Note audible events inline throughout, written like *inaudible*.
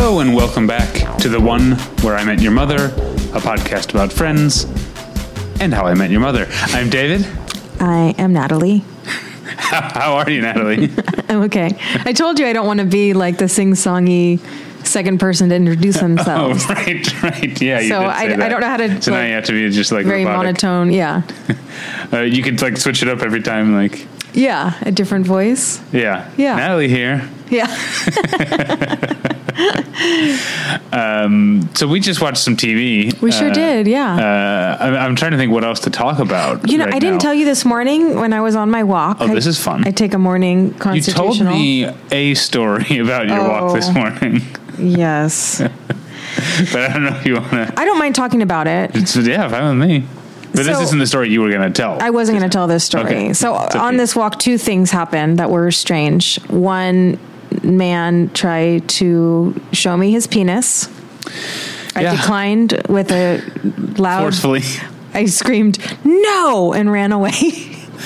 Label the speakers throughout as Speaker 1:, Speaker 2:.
Speaker 1: welcome back to the one where I met your mother, a podcast about friends and how I met your mother. I'm David. *laughs*
Speaker 2: I am Natalie.
Speaker 1: How are you,
Speaker 2: *laughs*
Speaker 1: Natalie?
Speaker 2: I'm *laughs* okay. I told you I don't want to be like the sing songy second person to
Speaker 1: *laughs*
Speaker 2: introduce
Speaker 1: oh,
Speaker 2: themselves.
Speaker 1: right, right. Yeah. You
Speaker 2: So
Speaker 1: did
Speaker 2: I-
Speaker 1: say
Speaker 2: I
Speaker 1: that.
Speaker 2: don't know how to,
Speaker 1: So now
Speaker 2: like,
Speaker 1: you have to be just like
Speaker 2: Very
Speaker 1: robotic.
Speaker 2: monotone. Yeah.
Speaker 1: Uh, you could like switch it up every time. Like,
Speaker 2: Yeah. A different voice.
Speaker 1: yeah,
Speaker 2: Yeah.
Speaker 1: Natalie here. *laughs*
Speaker 2: Yeah.
Speaker 1: So we just watched some TV.
Speaker 2: We sure
Speaker 1: Uh,
Speaker 2: did. Yeah.
Speaker 1: Uh, I'm, I'm trying to think what else to talk about.
Speaker 2: you know,
Speaker 1: right
Speaker 2: I didn't
Speaker 1: now.
Speaker 2: tell you this morning when I was on my walk.
Speaker 1: Oh,
Speaker 2: I-
Speaker 1: this is fun.
Speaker 2: I take a morning
Speaker 1: You told *laughs*
Speaker 2: constitutional.
Speaker 1: me a story *laughs* about your walk this
Speaker 2: Oh.
Speaker 1: morning, *laughs*
Speaker 2: Yes.
Speaker 1: but I don't know if you want to.
Speaker 2: I don't mind talking about it.
Speaker 1: It's, yeah, fine with me. But this
Speaker 2: So-
Speaker 1: isn't the story you were going to tell.
Speaker 2: I wasn't going to tell this story.
Speaker 1: Okay.
Speaker 2: So
Speaker 1: It's okay.
Speaker 2: on this walk, two things happened that were strange. One man tried to show me his penis. I
Speaker 1: Yeah.
Speaker 2: declined with a loud.
Speaker 1: forcefully. *laughs*
Speaker 2: I screamed no and ran away. *laughs*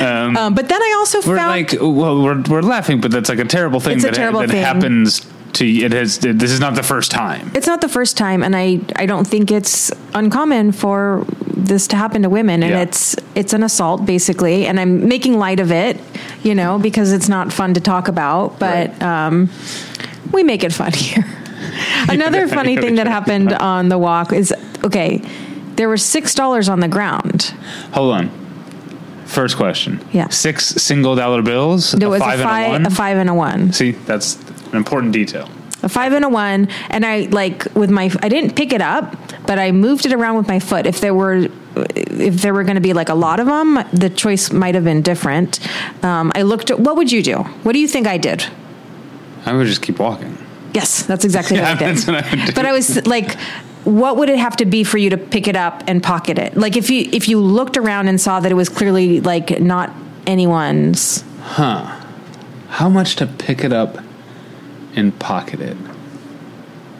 Speaker 2: Um, but then I also
Speaker 1: We're
Speaker 2: found
Speaker 1: like, well, we're, we're laughing, but that's like a terrible thing
Speaker 2: It's a
Speaker 1: that,
Speaker 2: terrible
Speaker 1: that
Speaker 2: thing.
Speaker 1: happens to you. It has, this is not the first time.
Speaker 2: it's not the first time, and I I don't think it's uncommon for this to happen to women, and
Speaker 1: Yeah.
Speaker 2: it's it's an assault basically, and I'm making light of it, you know, because it's not fun to talk about, but
Speaker 1: Right.
Speaker 2: um, we make it fun *laughs* here. Another funny
Speaker 1: yeah,
Speaker 2: thing that
Speaker 1: yeah.
Speaker 2: happened on the walk is okay, there were six dollars on the ground.
Speaker 1: Hold on. First question.
Speaker 2: Yeah.
Speaker 1: Six single dollar bills.
Speaker 2: There
Speaker 1: a
Speaker 2: was
Speaker 1: five
Speaker 2: a
Speaker 1: and a
Speaker 2: five,
Speaker 1: one.
Speaker 2: a five and a one.
Speaker 1: See, that's an important detail.
Speaker 2: a five and a one and i like with my i didn't pick it up but i moved it around with my foot if there were if there were going to be like a lot of them the choice might have been different um, i looked at what would you do what do you think i did
Speaker 1: I would just keep walking.
Speaker 2: yes that's
Speaker 1: *laughs*
Speaker 2: exactly
Speaker 1: Yeah,
Speaker 2: what i did
Speaker 1: *laughs* that's what I would do.
Speaker 2: but i was like what would it have to be for you to pick it up and pocket it like if you if you looked around and saw that it was clearly like not anyone's
Speaker 1: How much to pick it up and pocket it?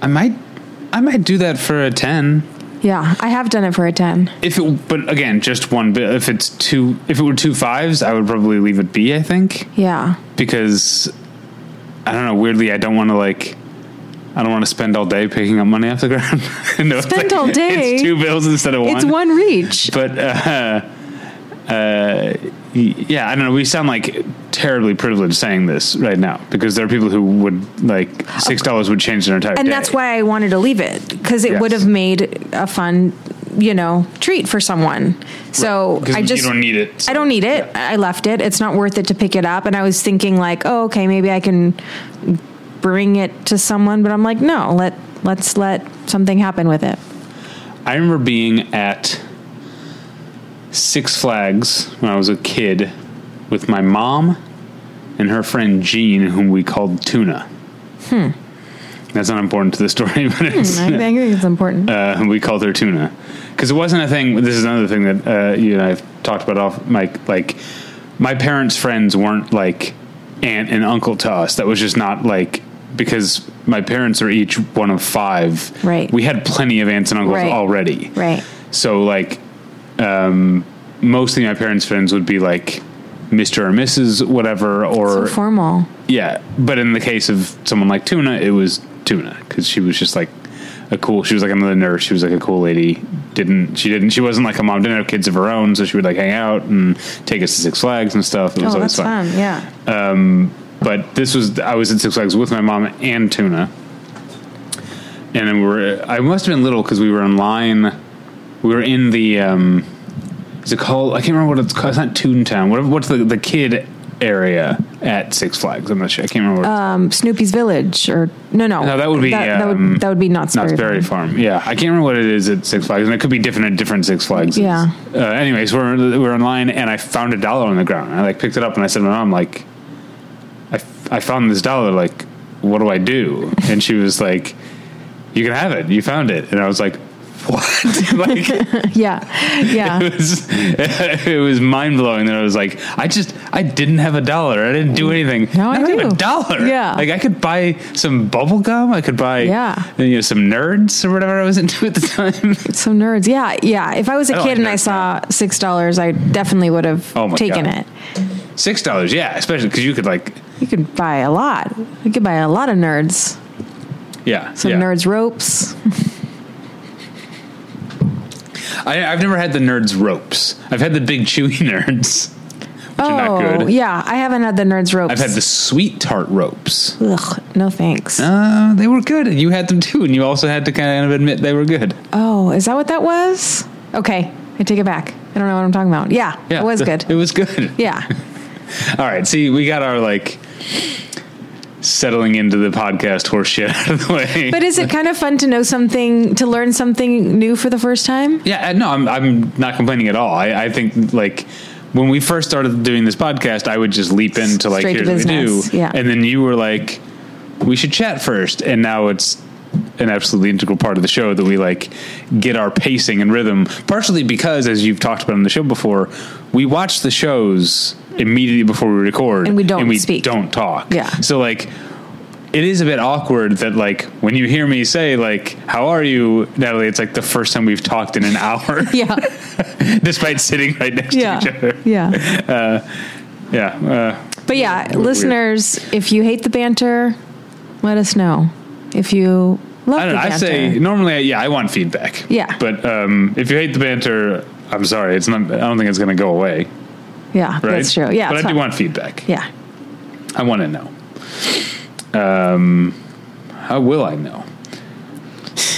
Speaker 1: I might, I might do that for a ten.
Speaker 2: yeah i have done it for a 10
Speaker 1: If it, but again, just one bill. If it's two, if it were two fives, I would probably leave it be. I think
Speaker 2: yeah
Speaker 1: because I don't know. Weirdly, I don't want to like. I don't want to spend all day picking up money off the *laughs* ground. no, it's
Speaker 2: Spend all day?
Speaker 1: It's two bills instead of one.
Speaker 2: it's one reach
Speaker 1: But uh, uh, *laughs* y- yeah, I don't know. We sound like terribly privileged saying this right now because there are people who would like six dollars would change their entire.
Speaker 2: Uh, and
Speaker 1: day.
Speaker 2: that's why I wanted to leave it because it
Speaker 1: Yes.
Speaker 2: would have made a fun, you know, treat for someone. So
Speaker 1: Because
Speaker 2: I
Speaker 1: you
Speaker 2: just
Speaker 1: don't need it, so-
Speaker 2: I don't need it. I left it. It's not worth it to pick it up. And I was thinking like, oh, okay, maybe I can bring it to someone. But I'm like, no, let let's let something happen with it.
Speaker 1: I remember being at Six Flags when I was a kid with my mom and her friend Jean, whom we called Tuna. Hmm. That's not important to the story, *laughs*
Speaker 2: Hmm,
Speaker 1: but it's,
Speaker 2: I think it's important.
Speaker 1: uh, we called her Tuna because it wasn't a thing. This is another thing that uh, you and I have talked about off mic. Like my parents' friends weren't like aunt and uncle to us. That was just not like because my parents are each one of five.
Speaker 2: Right.
Speaker 1: We had plenty of aunts and uncles
Speaker 2: Right.
Speaker 1: already.
Speaker 2: right.
Speaker 1: So like, um, mostly my parents' friends would be like Mr. or Mrs. whatever,
Speaker 2: So
Speaker 1: or
Speaker 2: formal.
Speaker 1: yeah. But in the case of someone like Tuna, it was Tuna because she was just like a cool. She was like another nurse. She was like a cool lady. Didn't she? Didn't she? Wasn't like a mom. Didn't have kids of her own, so she would like hang out and take us to Six Flags and stuff. It was
Speaker 2: Oh,
Speaker 1: always
Speaker 2: that's fun. Yeah.
Speaker 1: but this was I was at Six Flags with my mom and Tuna, and then we were I must have been little because we were in line. We were in the um, is it called? I can't remember what it's called. It's not Toontown. What, what's the the kid area at Six Flags? I'm not sure. I can't remember. What it's
Speaker 2: Um, Snoopy's Village or no, no.
Speaker 1: no, that would be
Speaker 2: that, that
Speaker 1: um,
Speaker 2: would that would be not
Speaker 1: Knott's Berry Farm. Yeah, I can't remember what it is at Six Flags, and it could be different at different Six Flags.
Speaker 2: Yeah.
Speaker 1: Uh, anyways, we're we're online, and I found a dollar on the ground. I like picked it up, and I said to my mom, like, I, I found this dollar. Like, what do I do? And she was like, You can have it. You found it. And I was like, What? *laughs* like,
Speaker 2: *laughs* Yeah. Yeah.
Speaker 1: *laughs* it was it was mind blowing that I was like, I just I didn't have a dollar. I didn't do anything.
Speaker 2: Now I
Speaker 1: Now have a
Speaker 2: do.
Speaker 1: dollar.
Speaker 2: Yeah.
Speaker 1: like I could buy some bubble gum. I could buy
Speaker 2: Yeah.
Speaker 1: you know, some nerds or whatever I was *laughs* into at the time.
Speaker 2: Some nerds. Yeah, yeah. If I was a
Speaker 1: I don't
Speaker 2: kid
Speaker 1: like
Speaker 2: and I
Speaker 1: nerds
Speaker 2: saw six dollars, I definitely would have
Speaker 1: Oh my
Speaker 2: taken
Speaker 1: God.
Speaker 2: it.
Speaker 1: Six dollars, yeah, especially because you could like
Speaker 2: You could buy a lot. You could buy a lot of nerds.
Speaker 1: Yeah.
Speaker 2: Some
Speaker 1: yeah.
Speaker 2: nerds ropes.
Speaker 1: I, I've never had the nerds ropes. I've had the big chewy *laughs* nerds, which are not
Speaker 2: Oh,
Speaker 1: good.
Speaker 2: yeah. I haven't had the nerds ropes.
Speaker 1: I've had the sweet tart ropes.
Speaker 2: Ugh, no thanks.
Speaker 1: Uh, they were good, and you had them too, and you also had to kind of admit they were good.
Speaker 2: Oh, is that what that was? Okay, I take it back. I don't know what I'm talking about. Yeah, it
Speaker 1: *laughs*
Speaker 2: was
Speaker 1: the-
Speaker 2: good.
Speaker 1: It was good.
Speaker 2: yeah.
Speaker 1: All right, see, we got our like settling into the podcast horseshit *laughs* out of the way.
Speaker 2: But is it kind of fun to know something, to learn something new for the first time?
Speaker 1: Yeah, uh, no, I'm I'm not complaining at all. I, I think like when we first started doing this podcast, I would just leap into like
Speaker 2: Straight to
Speaker 1: here's what we do,
Speaker 2: business, yeah.
Speaker 1: and then you were like, we should chat first, and now it's an absolutely integral part of the show that we like get our pacing and rhythm. Partially because, as you've talked about on the show before, we watch the shows immediately before we record,
Speaker 2: And we don't
Speaker 1: and we
Speaker 2: speak.
Speaker 1: don't talk.
Speaker 2: Yeah.
Speaker 1: so like it is a bit awkward that like when you hear me say like how are you natalie it's like the first time we've talked in an *laughs* hour
Speaker 2: *laughs* Yeah.
Speaker 1: despite sitting right next to each
Speaker 2: Yeah.
Speaker 1: other
Speaker 2: Yeah.
Speaker 1: yeah uh,
Speaker 2: But yeah,
Speaker 1: Weird.
Speaker 2: listeners, if you hate the banter, let us know. If you love
Speaker 1: i
Speaker 2: the
Speaker 1: don't know
Speaker 2: banter.
Speaker 1: i say normally yeah i want feedback
Speaker 2: Yeah.
Speaker 1: but um if you hate the banter i'm sorry it's not i don't think it's gonna go away
Speaker 2: yeah,
Speaker 1: right
Speaker 2: that's true. Yeah.
Speaker 1: but i
Speaker 2: it's
Speaker 1: do
Speaker 2: fun.
Speaker 1: want feedback
Speaker 2: Yeah.
Speaker 1: i want to know um how will i know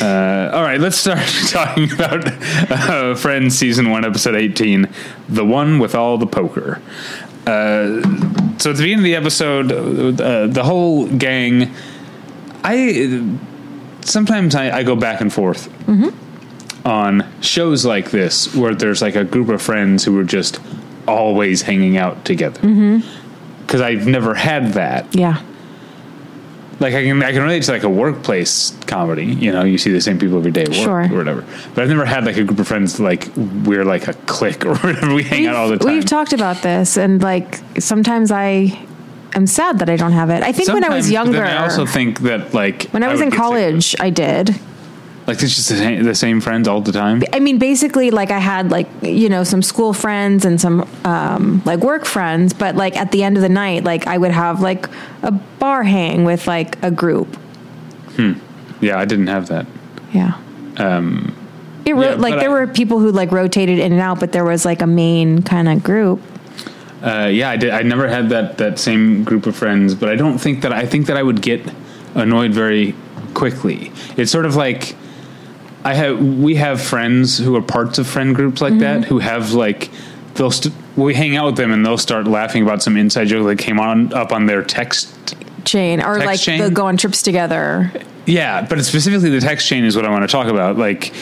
Speaker 1: uh, all right, let's start *laughs* talking about uh, Friends season one, episode eighteen, the one with all the poker. Uh, so at the beginning of the episode, uh, the whole gang. I sometimes I, I go back and forth on shows like this where there's like a group of friends who are just always hanging out together. Because I've never had that
Speaker 2: Yeah.
Speaker 1: like I can I can relate to like a workplace comedy. You know, you see the same people every day at work
Speaker 2: Sure.
Speaker 1: or whatever. But I've never had like a group of friends like we're like a clique or *laughs* whatever. We hang out all the time.
Speaker 2: We've talked about this, and like sometimes I am sad that I don't have it. I think when I
Speaker 1: Sometimes,
Speaker 2: was
Speaker 1: but
Speaker 2: younger,
Speaker 1: then I also think that like
Speaker 2: when I was
Speaker 1: would
Speaker 2: in
Speaker 1: get sick of it.
Speaker 2: college, I did.
Speaker 1: like it's just the same, the same friends all the time.
Speaker 2: I mean, basically, like I had like you know some school friends and some um, like work friends, but like at the end of the night, like I would have like a bar hang with like a group.
Speaker 1: Yeah, I didn't have that.
Speaker 2: Yeah. it ro-
Speaker 1: Um, yeah,
Speaker 2: like
Speaker 1: but
Speaker 2: there
Speaker 1: I-
Speaker 2: were people who like rotated in and out, but there was like a main kind of group.
Speaker 1: Uh, yeah, I did. I never had that that same group of friends, but I don't think that I think that I would get annoyed very quickly. It's sort of like I have we have friends who are parts of friend groups like that who have like they'll st- we hang out with them and they'll start laughing about some inside joke that came on up on their text.
Speaker 2: Chain or
Speaker 1: Text
Speaker 2: like
Speaker 1: chain?
Speaker 2: they'll go on trips together.
Speaker 1: Yeah, but specifically the text chain is what I want to talk about. Like.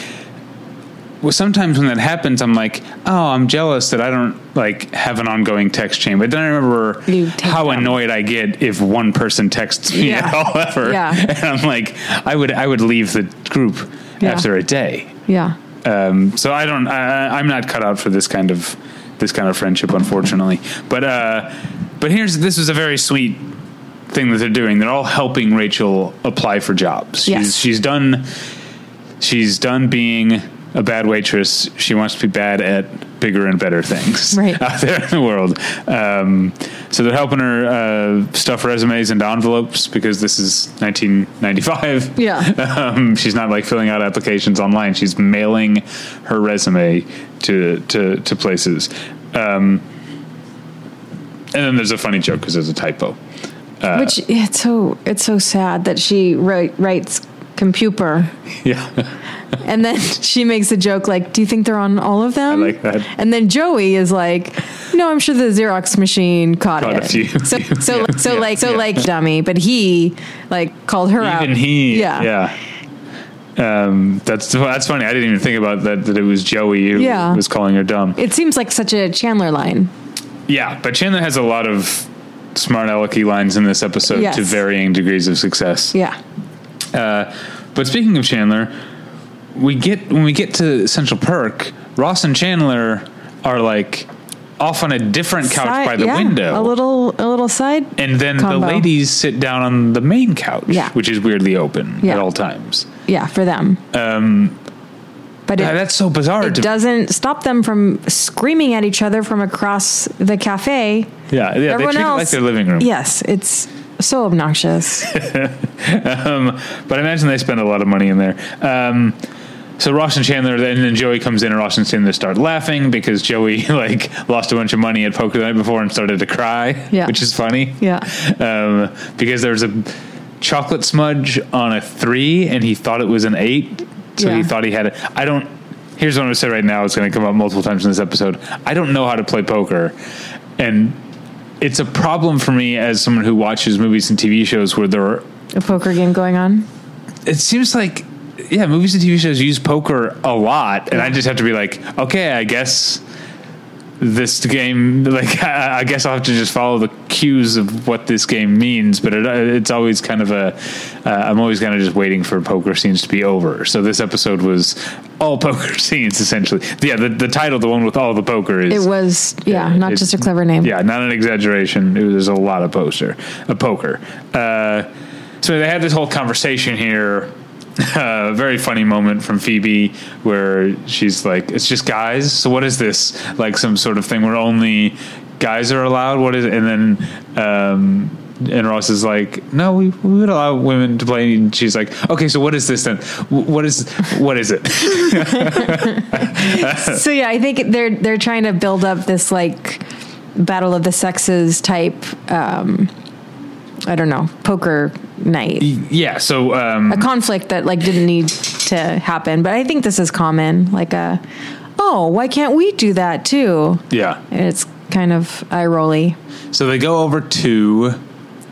Speaker 1: Well, sometimes when that happens, I'm like, "Oh, I'm jealous that I don't like have an ongoing text chain." But then I remember
Speaker 2: You take
Speaker 1: how
Speaker 2: them.
Speaker 1: annoyed I get if one person texts me *laughs*
Speaker 2: Yeah.
Speaker 1: at all ever,
Speaker 2: Yeah.
Speaker 1: and I'm like, "I would, I would leave the group
Speaker 2: Yeah.
Speaker 1: after a day."
Speaker 2: Yeah.
Speaker 1: Um, so I don't, I, I- I'm not cut out for this kind of this kind of friendship, unfortunately. But uh, but here's this is a very sweet thing that they're doing. They're all helping Rachel apply for jobs. She's
Speaker 2: Yes.
Speaker 1: she's done she's done being a bad waitress. She wants to be bad at bigger and better things *laughs*
Speaker 2: Right.
Speaker 1: out there in the world. Um, so they're helping her uh, stuff resumes into envelopes because this is 1995.
Speaker 2: Yeah.
Speaker 1: *laughs* Um, she's not like filling out applications online. She's mailing her resume to to, to places. Um, and then there's a funny joke because there's a typo. Uh,
Speaker 2: Which it's so it's so sad that she write, writes compuper
Speaker 1: *laughs* Yeah.
Speaker 2: and then *laughs* she makes a joke like, "Do you think they're on all of them?"
Speaker 1: I like that.
Speaker 2: And then Joey is like, "No, I'm sure the Xerox machine caught,
Speaker 1: Caught a
Speaker 2: it."
Speaker 1: few.
Speaker 2: *laughs*
Speaker 1: *laughs*
Speaker 2: So so
Speaker 1: Yeah.
Speaker 2: so
Speaker 1: Yeah.
Speaker 2: like so
Speaker 1: Yeah.
Speaker 2: like dummy, but he like called her out.
Speaker 1: Even he,
Speaker 2: yeah.
Speaker 1: yeah. Um, that's that's funny. I didn't even think about that. That it was Joey who
Speaker 2: Yeah.
Speaker 1: was calling her dumb.
Speaker 2: It seems like such a Chandler line.
Speaker 1: Yeah, but Chandler has a lot of smart alecky lines in this episode
Speaker 2: Yes.
Speaker 1: to varying degrees of success.
Speaker 2: Yeah.
Speaker 1: Uh, but speaking of Chandler, we get when we get to Central Perk, Ross and Chandler are like off on a different couch
Speaker 2: Side-
Speaker 1: by the
Speaker 2: yeah,
Speaker 1: window.
Speaker 2: A little a little side.
Speaker 1: and then
Speaker 2: combo.
Speaker 1: the ladies sit down on the main couch,
Speaker 2: Yeah.
Speaker 1: which is weirdly open
Speaker 2: Yeah.
Speaker 1: at all times.
Speaker 2: yeah, for them. Um but it,
Speaker 1: Yeah, that's so bizarre.
Speaker 2: it
Speaker 1: to-
Speaker 2: doesn't stop them from screaming at each other from across the cafe.
Speaker 1: yeah, yeah, they treat it like their living room.
Speaker 2: Yes, it's So
Speaker 1: *laughs*
Speaker 2: obnoxious.
Speaker 1: But I imagine they spend a lot of money in there. Um, so Ross and Chandler, and then Joey comes in, and Ross and Chandler start laughing because Joey *laughs* like lost a bunch of money at poker the night before and started to cry,
Speaker 2: Yeah.
Speaker 1: which is funny.
Speaker 2: Yeah.
Speaker 1: um, because there was a chocolate smudge on a three, and he thought it was an eight, so he
Speaker 2: Yeah.
Speaker 1: thought he had it. I don't. Here's what I'm gonna say right now. It's gonna come up multiple times in this episode. I don't know how to play poker, and it's a problem for me as someone who watches movies and TV shows where there are
Speaker 2: A poker game going on.
Speaker 1: it seems like yeah, movies and TV shows use poker a lot, and I just have to be like, okay, I guess this game, like, *laughs* I, I guess I'll have to just follow the cues of what this game means. But it, it's always kind of a, uh, I'm always kind of just waiting for poker scenes to be over. So this episode was all *laughs* poker scenes essentially. Yeah, the, the title, the one with all the poker, is
Speaker 2: It was yeah,
Speaker 1: Yeah,
Speaker 2: not
Speaker 1: it-
Speaker 2: just a clever name.
Speaker 1: yeah, not an exaggeration. It was a lot of poster, a poker. Uh, so they had this whole conversation here. *laughs* uh, A very funny moment from Phoebe where she's like, "It's just guys. So what is this? Like some sort of thing where only guys are allowed? What is?" It? And then. Um, and Ross is like, no, we, we would allow women to play. And she's like, okay, so what is this then? Wh- What is what is it?
Speaker 2: So yeah, I think they're they're trying to build up this like battle of the sexes type um I don't know, poker night.
Speaker 1: yeah. So um,
Speaker 2: A conflict that like didn't need to happen, but I think this is common like a oh, why can't we do that too?
Speaker 1: yeah.
Speaker 2: And it's kind of eye rolly.
Speaker 1: So they go over to.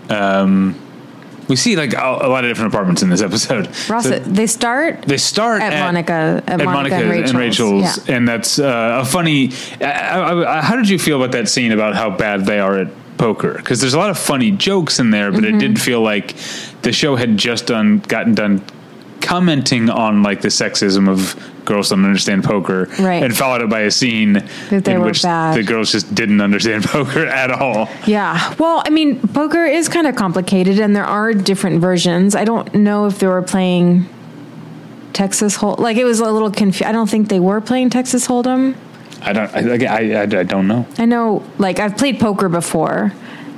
Speaker 1: Um, we see like a, a lot of different apartments in this episode.
Speaker 2: Ross,
Speaker 1: So
Speaker 2: they start
Speaker 1: they start
Speaker 2: at
Speaker 1: at,
Speaker 2: Monica- at Monica and
Speaker 1: Monica's
Speaker 2: Rachel's, yeah.
Speaker 1: and that's uh, a funny. I, I, I, how did you feel about that scene about how bad they are at poker? Because there's a lot of funny jokes in there, but
Speaker 2: Mm-hmm.
Speaker 1: it did feel like the show had just done gotten done commenting on like the sexism of girls don't understand poker,
Speaker 2: Right.
Speaker 1: and followed it by a scene
Speaker 2: That they
Speaker 1: in
Speaker 2: were
Speaker 1: which
Speaker 2: bad.
Speaker 1: the girls just didn't understand *laughs* poker at all.
Speaker 2: Yeah. Well, I mean, poker is kind of complicated and there are different versions. I don't know if they were playing Texas Hold like it was a little confused. I don't think they were playing Texas Hold'em.
Speaker 1: I don't. I, I, I, I don't know.
Speaker 2: I know like I've played poker before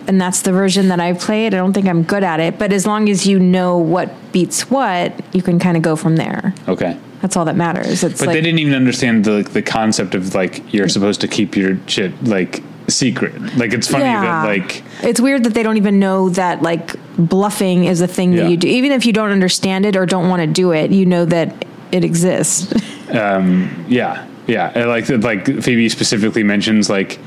Speaker 2: and that's the version that I played. I don't think I'm good at it, but as long as you know what beats what, you can kind of go from there.
Speaker 1: Okay.
Speaker 2: That's all that matters. It's
Speaker 1: But
Speaker 2: like
Speaker 1: they didn't even understand the the concept of like you're supposed to keep your shit like secret. Like it's funny that like
Speaker 2: it's weird that they don't even know that like bluffing is a thing
Speaker 1: Yeah.
Speaker 2: that you do even if you don't understand it or don't want to do it you know that it exists
Speaker 1: yeah yeah And, like that- like Phoebe specifically mentions like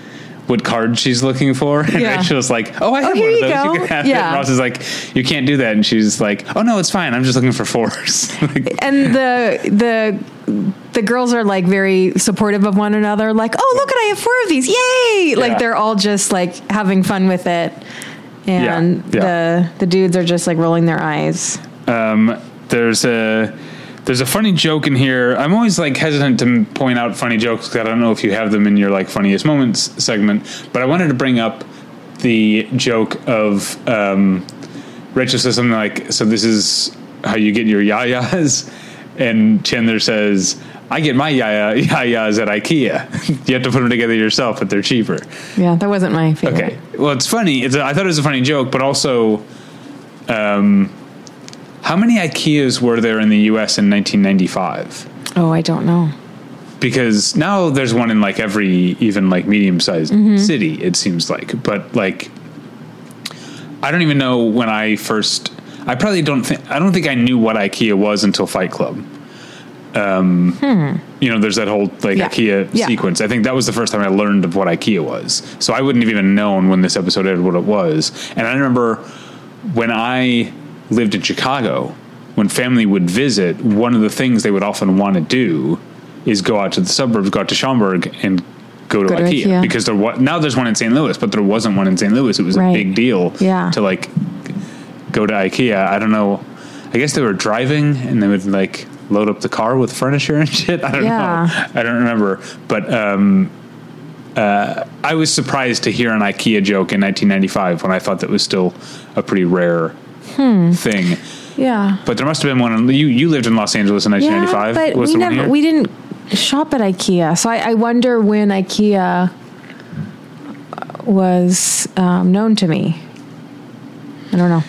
Speaker 1: what card she's looking for *laughs* and
Speaker 2: Yeah.
Speaker 1: Rachel's like oh I have
Speaker 2: here
Speaker 1: one of
Speaker 2: you
Speaker 1: those
Speaker 2: go.
Speaker 1: you can have it
Speaker 2: Yeah.
Speaker 1: and Ross is like you can't do that and she's like oh no it's fine I'm just looking for fours Like,
Speaker 2: and the the the girls are like very supportive of one another like oh look at i have four of these yay
Speaker 1: Yeah.
Speaker 2: like they're all just like having fun with it and
Speaker 1: Yeah, yeah.
Speaker 2: the the dudes are just like rolling their eyes
Speaker 1: Um, there's a there's a funny joke in here. I'm always like hesitant to m- point out funny jokes 'cause I don't know if you have them in your like funniest moments segment. But I wanted to bring up the joke of um, Rachel says something like, "So this is how you get your yayas," and Chandler says. I get my yaya *laughs* yayas at IKEA. *laughs* you have to put them together yourself, but they're cheaper.
Speaker 2: yeah that wasn't my favorite
Speaker 1: Okay. Well, it's funny. It's a, I thought it was a funny joke, but also, um, how many IKEAs were there in the U.S. in 1995?
Speaker 2: oh i don't know
Speaker 1: Because now there's one in like every even like medium sized
Speaker 2: Mm-hmm.
Speaker 1: city. It seems like, but like, I don't even know when I first. I probably don't think. I don't think I knew what IKEA was until Fight Club. Um, you know, there's that whole like
Speaker 2: Hmm. Yeah.
Speaker 1: IKEA
Speaker 2: Yeah.
Speaker 1: sequence. I think that was the first time I learned of what IKEA was. So I wouldn't have even known when this episode aired what it was. And I remember when I lived in Chicago, when family would visit, one of the things they would often want to do is go out to the suburbs, go out to Schaumburg, and go to,
Speaker 2: Go to
Speaker 1: IKEA,
Speaker 2: IKEA.
Speaker 1: because there was now there's one in St. Louis, but there wasn't one in St. Louis. It was a
Speaker 2: Right.
Speaker 1: big deal
Speaker 2: Yeah.
Speaker 1: to like go to IKEA. I don't know. I guess they were driving and they would like load up the car with *laughs* furniture and shit. I don't
Speaker 2: Yeah.
Speaker 1: know. I don't remember. But um, uh, I was surprised to hear an IKEA joke in 1995 when I thought that was still a pretty rare
Speaker 2: Hmm.
Speaker 1: thing.
Speaker 2: yeah
Speaker 1: But there must have been one. In, you you lived in Los Angeles in 1995.
Speaker 2: Yeah, but
Speaker 1: Was
Speaker 2: we
Speaker 1: there one
Speaker 2: never
Speaker 1: here?
Speaker 2: we didn't shop at IKEA, so I, I wonder when uh, IKEA was um, known to me. I don't know.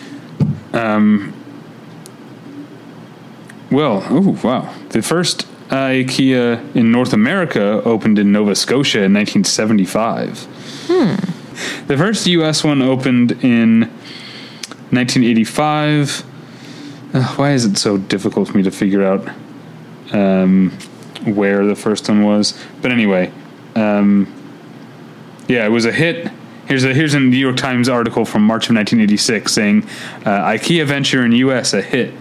Speaker 1: Well, oh wow! The first IKEA in North America opened in Nova Scotia in 1975. The first U.S. one opened in 1985. Ugh, why is it so difficult for me to figure out um, where the first one was? But anyway, um, yeah, it was a hit. Here's a here's a New York Times article from March of 1986 saying uh, IKEA venture in U.S. a hit.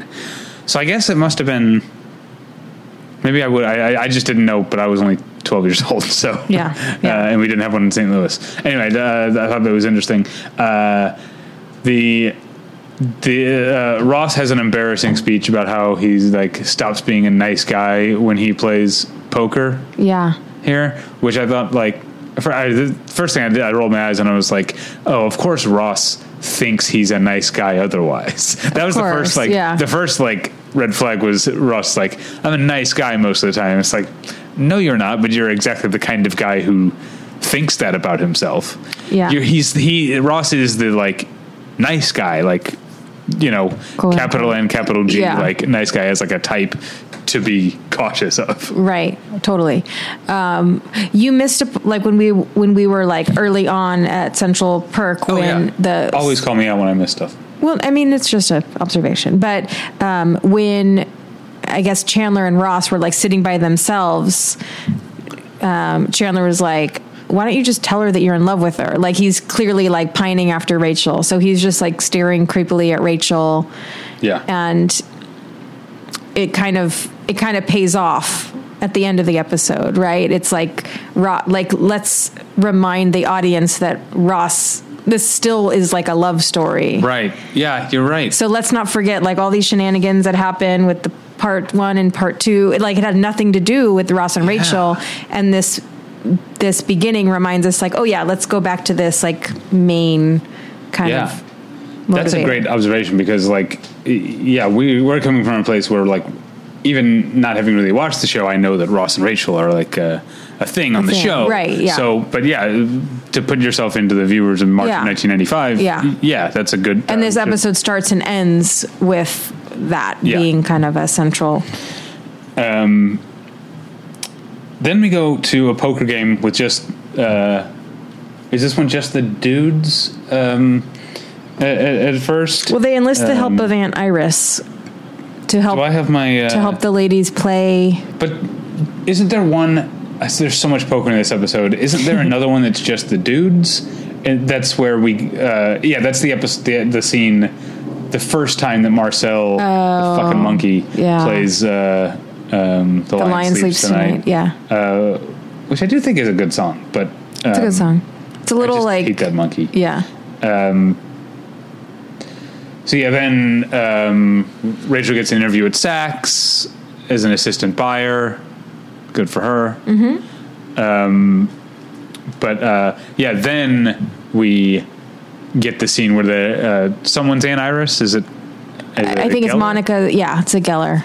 Speaker 1: So I guess it must have been. Maybe I would. I, I- I just didn't know, but I was only 12 years *laughs* old, so
Speaker 2: Yeah, yeah.
Speaker 1: *laughs* Uh, and we didn't have one in St. Louis. Anyway, uh, I thought that was interesting. Uh, the the uh, Ross has an embarrassing speech about how he's like stops being a nice guy when he plays poker
Speaker 2: Yeah.
Speaker 1: here, which I thought like for, I, the first thing I did, I rolled my eyes and I was like, oh, of course Ross thinks he's a nice guy. Otherwise, *laughs* that was the
Speaker 2: course,
Speaker 1: first like
Speaker 2: yeah.
Speaker 1: the first like red flag was Ross like I'm a nice guy most of the time. It's like no, you're not, but you're exactly the kind of guy who thinks that about himself.
Speaker 2: Yeah.
Speaker 1: you're, he's he Ross is the like nice guy like. You know,
Speaker 2: Cool.
Speaker 1: capital N, capital G,
Speaker 2: Yeah.
Speaker 1: like nice guy as like a type to be cautious of.
Speaker 2: Right, totally. Um, you missed a, like when we when we were like early on at Central Perk when the
Speaker 1: always call me out when I miss stuff.
Speaker 2: well, I mean it's just an observation, but um, when I guess Chandler and Ross were like sitting by themselves, um, Chandler was like. Why don't you just tell her that you're in love with her? Like he's clearly like pining after Rachel, so he's just like staring creepily at Rachel,
Speaker 1: Yeah.
Speaker 2: and it kind of it kind of pays off at the end of the episode, right? It's like Ro- like let's remind the audience that Ross this still is like a love story.
Speaker 1: right. Yeah, you're right.
Speaker 2: So let's not forget like all these shenanigans that happen with the part 1 and part 2. It, like it had nothing to do with Ross and Rachel and this this beginning reminds us like oh yeah, let's go back to this like main kind
Speaker 1: Yeah.
Speaker 2: of
Speaker 1: That's a
Speaker 2: motivator.
Speaker 1: great observation because like y- yeah, we we're coming from a place where like even not having really watched the show, I know that Ross and Rachel are like a, a thing on the
Speaker 2: thing,
Speaker 1: show.
Speaker 2: right, yeah.
Speaker 1: So, but yeah, to put yourself into the viewers in March
Speaker 2: Yeah.
Speaker 1: of 1995,
Speaker 2: Yeah.
Speaker 1: y- yeah, that's a good.
Speaker 2: And this
Speaker 1: uh,
Speaker 2: episode starts and ends with that
Speaker 1: Yeah.
Speaker 2: being kind of a central.
Speaker 1: Then we go to a poker game with just. Uh, is this one just the dudes um, at, at first?
Speaker 2: Well, they enlist the help of Aunt Iris to help
Speaker 1: Um, Do I have my uh,
Speaker 2: to help the ladies play.
Speaker 1: But isn't there one? I see There's so much poker in this episode. Isn't
Speaker 2: *laughs*
Speaker 1: there another one that's just the dudes? And that's where we. Uh, yeah, that's the episode. The, the scene. The first time that Marcel, the fucking monkey,
Speaker 2: Oh, yeah.
Speaker 1: plays uh, um, the,
Speaker 2: The
Speaker 1: Lion,
Speaker 2: lion
Speaker 1: Sleeps, Tonight,
Speaker 2: Yeah,
Speaker 1: uh, which I do think is a good song. But uh,
Speaker 2: it's a good song. It's a
Speaker 1: Um, I
Speaker 2: little
Speaker 1: just
Speaker 2: like
Speaker 1: hate that monkey.
Speaker 2: yeah,
Speaker 1: So yeah, then um, Rachel gets an interview at Saks as an assistant buyer. Good for her. Mm-hmm. Um, but uh, yeah, then we get the scene where the uh, someone's Ann Iris is it? is it
Speaker 2: I think it's
Speaker 1: Geller?
Speaker 2: Monica. Yeah, it's a Geller.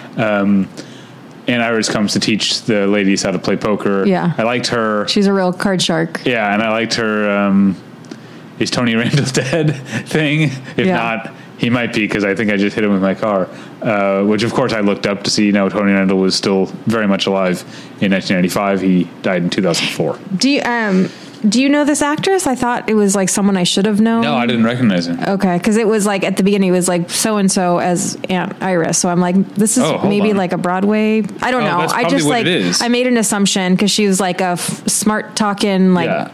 Speaker 1: Ann Iris comes to teach the ladies how to play poker.
Speaker 2: Yeah.
Speaker 1: I liked her.
Speaker 2: She's a real card shark.
Speaker 1: Yeah, and I liked her. Um, is Tony Randall *laughs* dead? Thing. If
Speaker 2: Yeah.
Speaker 1: not, he might be because I think I just hit him with my car. Uh, which, of course, I looked up to see. You know, Tony Randall was still very much alive in 1995. He died in 2004.
Speaker 2: Do you um do you know this actress? I thought it was like someone I should have known.
Speaker 1: No, I didn't recognize him.
Speaker 2: Okay, because it was like at the beginning, it was like so and so as Aunt Iris. So I'm like, this is
Speaker 1: Oh, hold
Speaker 2: maybe
Speaker 1: on.
Speaker 2: like a Broadway. I don't
Speaker 1: Oh,
Speaker 2: know.
Speaker 1: that's
Speaker 2: I
Speaker 1: probably
Speaker 2: just
Speaker 1: what
Speaker 2: like
Speaker 1: it is.
Speaker 2: I made an assumption because she was like a f- smart talking, like
Speaker 1: yeah,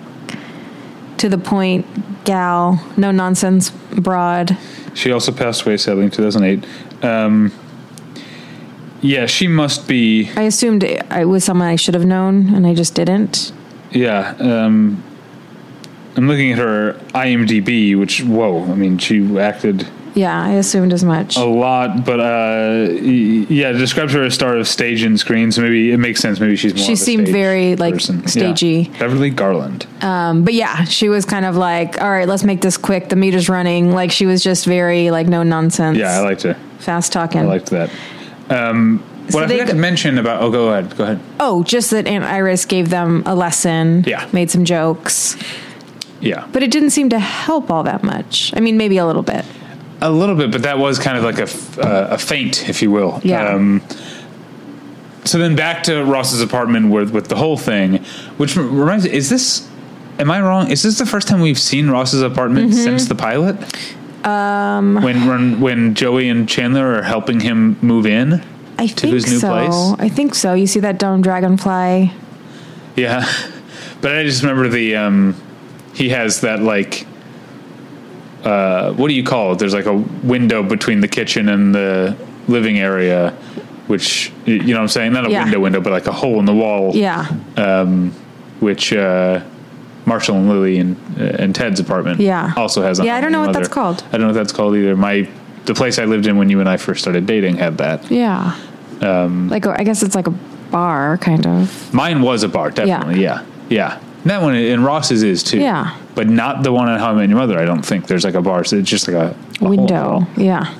Speaker 2: to the point gal, no nonsense broad.
Speaker 1: she also passed away sadly in 2008. Um, yeah, she must be.
Speaker 2: I assumed it, it was someone I should have known, and I just didn't.
Speaker 1: Yeah, um, I'm looking at her IMDb, which whoa, I mean, she acted.
Speaker 2: Yeah, I assumed as much.
Speaker 1: a lot, but uh, y- yeah, it describes her as star of stage and screen, so maybe it makes sense. Maybe she's more.
Speaker 2: She
Speaker 1: of a
Speaker 2: seemed
Speaker 1: stage
Speaker 2: very, like,
Speaker 1: person. Yeah.
Speaker 2: stagey.
Speaker 1: Beverly Garland.
Speaker 2: Um, but yeah, she was kind of like, all right, let's make this quick. The meter's running. Like she was just very like no nonsense.
Speaker 1: Yeah, I liked her.
Speaker 2: fast talking.
Speaker 1: I liked that. Um, what I
Speaker 2: they
Speaker 1: forgot
Speaker 2: go-
Speaker 1: to mention about oh, go ahead, go ahead.
Speaker 2: Oh, just that Aunt Iris gave them a lesson.
Speaker 1: Yeah.
Speaker 2: Made some jokes.
Speaker 1: Yeah,
Speaker 2: But it didn't seem to help all that much. I mean, maybe a little bit.
Speaker 1: A little bit, but that was kind of like a f- uh, a feint, if you will.
Speaker 2: Yeah.
Speaker 1: Um, so then back to Ross's apartment with with the whole thing, which m- reminds me, is this? Am I wrong? Is this the first time we've seen Ross's apartment since the pilot? Um, when when when Joey and Chandler are helping him move in,
Speaker 2: I
Speaker 1: To
Speaker 2: think
Speaker 1: his new
Speaker 2: so.
Speaker 1: place?
Speaker 2: I think so. You see that dumb dragonfly?
Speaker 1: yeah. But I just remember the um, he has that like uh, what do you call it? There's like a window between the kitchen and the living area, which y- you know what I'm saying not a
Speaker 2: Yeah.
Speaker 1: window window, but like a hole in the wall.
Speaker 2: Yeah,
Speaker 1: which uh, Marshall and Lily and uh, and Ted's apartment.
Speaker 2: Yeah.
Speaker 1: also has. on
Speaker 2: Yeah, I don't know what that's called.
Speaker 1: I don't know what that's called either. My the place I lived in when you and I first started dating had that.
Speaker 2: yeah. Um, like I guess it's like a bar, kind of.
Speaker 1: Mine was a bar, definitely. Yeah, yeah. And that one and Ross's is too.
Speaker 2: Yeah.
Speaker 1: but not the one on How I Met Your Mother. I don't think there's like a bar. So it's just like a, a hole in the wall.
Speaker 2: Window, yeah.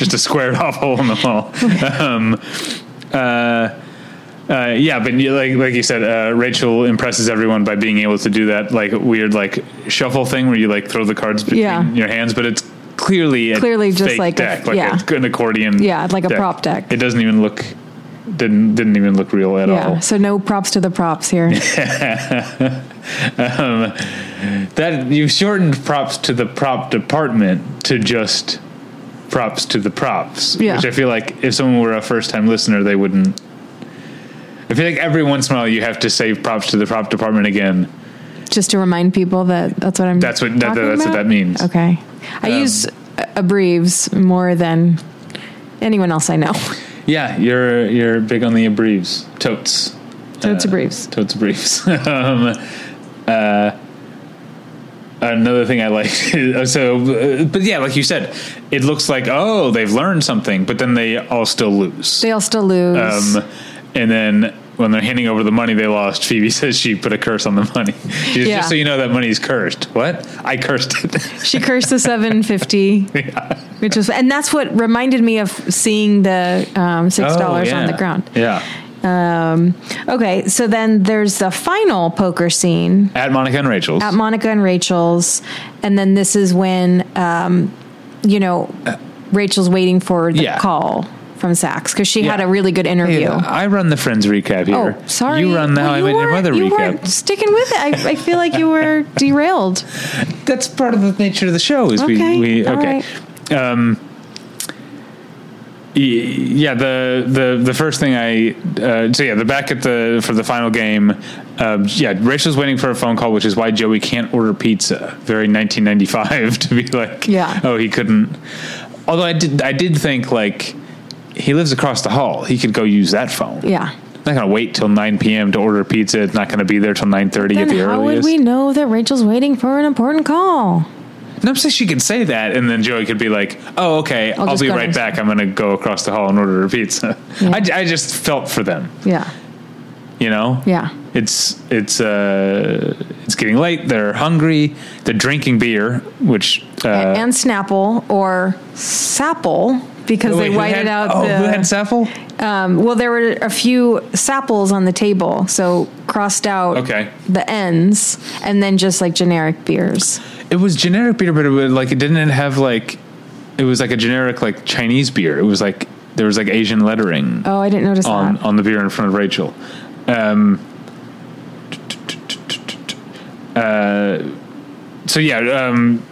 Speaker 1: just a squared off hole in the
Speaker 2: *laughs*
Speaker 1: wall. um, uh, uh, yeah, but you, like like you said, uh, Rachel impresses everyone by being able to do that like weird like shuffle thing where you like throw the cards between
Speaker 2: Yeah.
Speaker 1: your hands, but it's clearly a
Speaker 2: Clearly just
Speaker 1: fake
Speaker 2: like a-
Speaker 1: deck, like
Speaker 2: yeah.
Speaker 1: a, an accordion,
Speaker 2: Yeah, like a prop deck.
Speaker 1: It doesn't even look didn't didn't even look real at
Speaker 2: Yeah.
Speaker 1: all.
Speaker 2: So no props to the
Speaker 1: *laughs*
Speaker 2: props here.
Speaker 1: Um, that you've shortened props to the prop department to just props to the props,
Speaker 2: Yeah.
Speaker 1: which I feel like if someone were a first time listener, they wouldn't. I feel like every once in a while you have to say props to the prop department again.
Speaker 2: Just to remind people that that's what I'm.
Speaker 1: That's what- that-
Speaker 2: talking
Speaker 1: that's what
Speaker 2: about?
Speaker 1: that means. Um,
Speaker 2: Okay. I use abreves more than anyone else I know. *laughs*
Speaker 1: Yeah, you're you're big on the abreves, totes,
Speaker 2: So
Speaker 1: uh,
Speaker 2: it's abreves.
Speaker 1: totes briefs. *laughs* um, uh, another thing I liked. is- *laughs* so, uh, but yeah, like you said, it looks like oh they've learned something, but then they all still lose.
Speaker 2: They all still lose.
Speaker 1: Um, and then when they're handing over the money they lost, Phoebe *laughs* says she put a curse on the money. She says,
Speaker 2: Yeah.
Speaker 1: Just so you know, that money's cursed. What? I cursed
Speaker 2: *laughs*
Speaker 1: it.
Speaker 2: she cursed
Speaker 1: *laughs*
Speaker 2: the 750 which was and that's what reminded me of seeing the um, six dollars
Speaker 1: Oh,
Speaker 2: on the
Speaker 1: yeah.
Speaker 2: ground
Speaker 1: Yeah.
Speaker 2: um, okay so then there's the final poker scene
Speaker 1: At Monica and Rachel's.
Speaker 2: at monica and rachel's and then this is when um, you know rachel's waiting for the
Speaker 1: Yeah.
Speaker 2: call from Saks because she had
Speaker 1: Yeah.
Speaker 2: a really good interview
Speaker 1: I run the Friends recap here.
Speaker 2: Oh, sorry.
Speaker 1: You run the
Speaker 2: Well,
Speaker 1: How I
Speaker 2: you
Speaker 1: Met Your
Speaker 2: weren't-
Speaker 1: Mother
Speaker 2: you
Speaker 1: recap.
Speaker 2: weren't sticking with it. I, I feel like you
Speaker 1: *laughs*
Speaker 2: were derailed.
Speaker 1: That's part of the nature of the show. Is
Speaker 2: Okay,
Speaker 1: we we
Speaker 2: all
Speaker 1: okay.
Speaker 2: right.
Speaker 1: Y- yeah the the the first thing i uh, so yeah the back at the for the final game um, yeah rachel's waiting for a phone call which is why joey can't order pizza very 1995 *laughs* to be like
Speaker 2: Yeah.
Speaker 1: oh he couldn't although i did i did think like he lives across the hall he could go use that phone
Speaker 2: Yeah.
Speaker 1: not gonna wait till 9 p.m to order pizza it's not gonna be there till 9:30 at
Speaker 2: Then
Speaker 1: the
Speaker 2: how would
Speaker 1: earliest
Speaker 2: we know that Rachel's waiting for an important call?
Speaker 1: no i'm saying she could say that and then joey could be like oh okay i'll,
Speaker 2: I'll just
Speaker 1: be
Speaker 2: go
Speaker 1: right
Speaker 2: downstairs."
Speaker 1: back i'm gonna go across the hall and order a pizza
Speaker 2: *laughs* Yeah.
Speaker 1: I, I just felt for them
Speaker 2: Yeah.
Speaker 1: you know
Speaker 2: Yeah.
Speaker 1: it's it's uh it's getting late they're hungry they're drinking beer which uh
Speaker 2: and Snapple or Sapple because
Speaker 1: wait,
Speaker 2: they
Speaker 1: who
Speaker 2: whited
Speaker 1: had-
Speaker 2: out
Speaker 1: oh,
Speaker 2: the.
Speaker 1: who had Sappho?
Speaker 2: um, well, there were a few Sapples on the table, so crossed out
Speaker 1: Okay.
Speaker 2: the ends, and then just like generic beers.
Speaker 1: It was generic beer, but it was like it didn't have like it was like a generic like Chinese beer. It was like there was like Asian lettering
Speaker 2: Oh, I didn't notice
Speaker 1: on
Speaker 2: that.
Speaker 1: on the beer in front of Rachel. Um, uh, so yeah, um,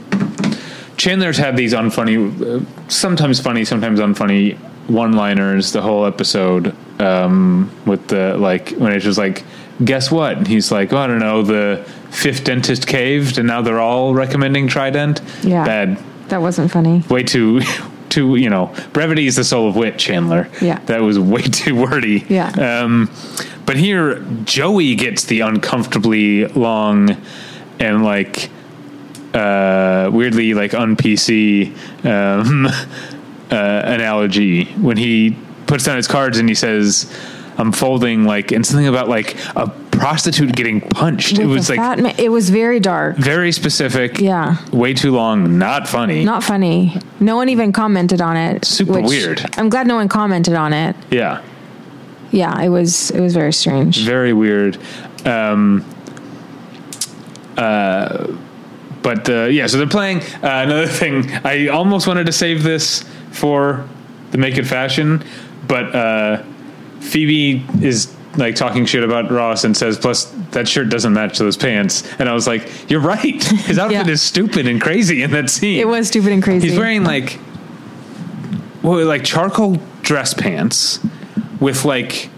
Speaker 1: Chandler's had these unfunny, uh, sometimes funny, sometimes unfunny one-liners the whole episode. Um, with the like when it's just like, guess what? And he's like, oh, I don't know. The fifth dentist caved, and now they're all recommending Trident.
Speaker 2: Yeah.
Speaker 1: bad
Speaker 2: That wasn't funny.
Speaker 1: way too *laughs* too you know brevity is the soul of wit chandler
Speaker 2: Yeah.
Speaker 1: that was way *laughs* too wordy
Speaker 2: Yeah.
Speaker 1: um but here joey gets the uncomfortably long and like uh weirdly like un pc um *laughs* uh analogy when he puts down his cards and he says i'm folding like and something about like a prostitute getting punched it
Speaker 2: With
Speaker 1: was
Speaker 2: the
Speaker 1: like
Speaker 2: fat ma- it was very dark.
Speaker 1: very specific
Speaker 2: Yeah.
Speaker 1: way too long not funny
Speaker 2: Not funny. No one even commented on it.
Speaker 1: Super weird.
Speaker 2: I'm glad no one commented on it.
Speaker 1: yeah
Speaker 2: Yeah, it was it was very strange.
Speaker 1: very weird. Um, uh,
Speaker 3: but uh, yeah, so they're playing. Uh, another *laughs* thing, I almost wanted to save this for the make it fashion, but uh, Phoebe is like talking shit about Ross and says, "Plus that shirt doesn't match those pants." And I was like, "You're right. *laughs* His outfit
Speaker 2: Yeah.
Speaker 3: is stupid and crazy in that scene.
Speaker 2: It was stupid and crazy.
Speaker 3: He's wearing like, well, like charcoal dress pants with like,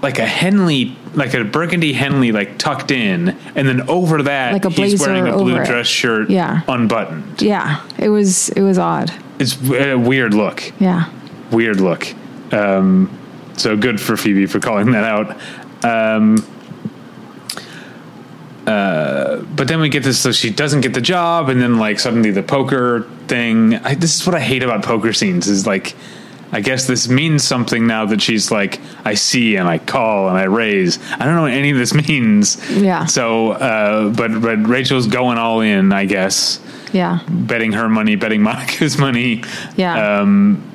Speaker 3: like a Henley, like a burgundy Henley, like tucked in, and then over that,
Speaker 2: Like a
Speaker 3: he's
Speaker 2: blazer
Speaker 3: wearing a
Speaker 2: over
Speaker 3: blue
Speaker 2: it.
Speaker 3: dress shirt,
Speaker 2: Yeah.
Speaker 3: unbuttoned.
Speaker 2: yeah, it was it was odd.
Speaker 3: It's a weird look.
Speaker 2: Yeah,
Speaker 3: Weird look. Um, so good for Phoebe for calling that out. Um, uh, but then we get this, so she doesn't get the job, and then like suddenly the poker thing. I, this is what I hate about poker scenes is like, I guess this means something now that she's like, I see and I call and I raise. I don't know what any of this *laughs* means.
Speaker 2: Yeah.
Speaker 3: So, uh, but but Rachel's going all in, I guess
Speaker 2: yeah,
Speaker 3: betting her money, betting *laughs* Monica's money.
Speaker 2: Yeah.
Speaker 3: Um,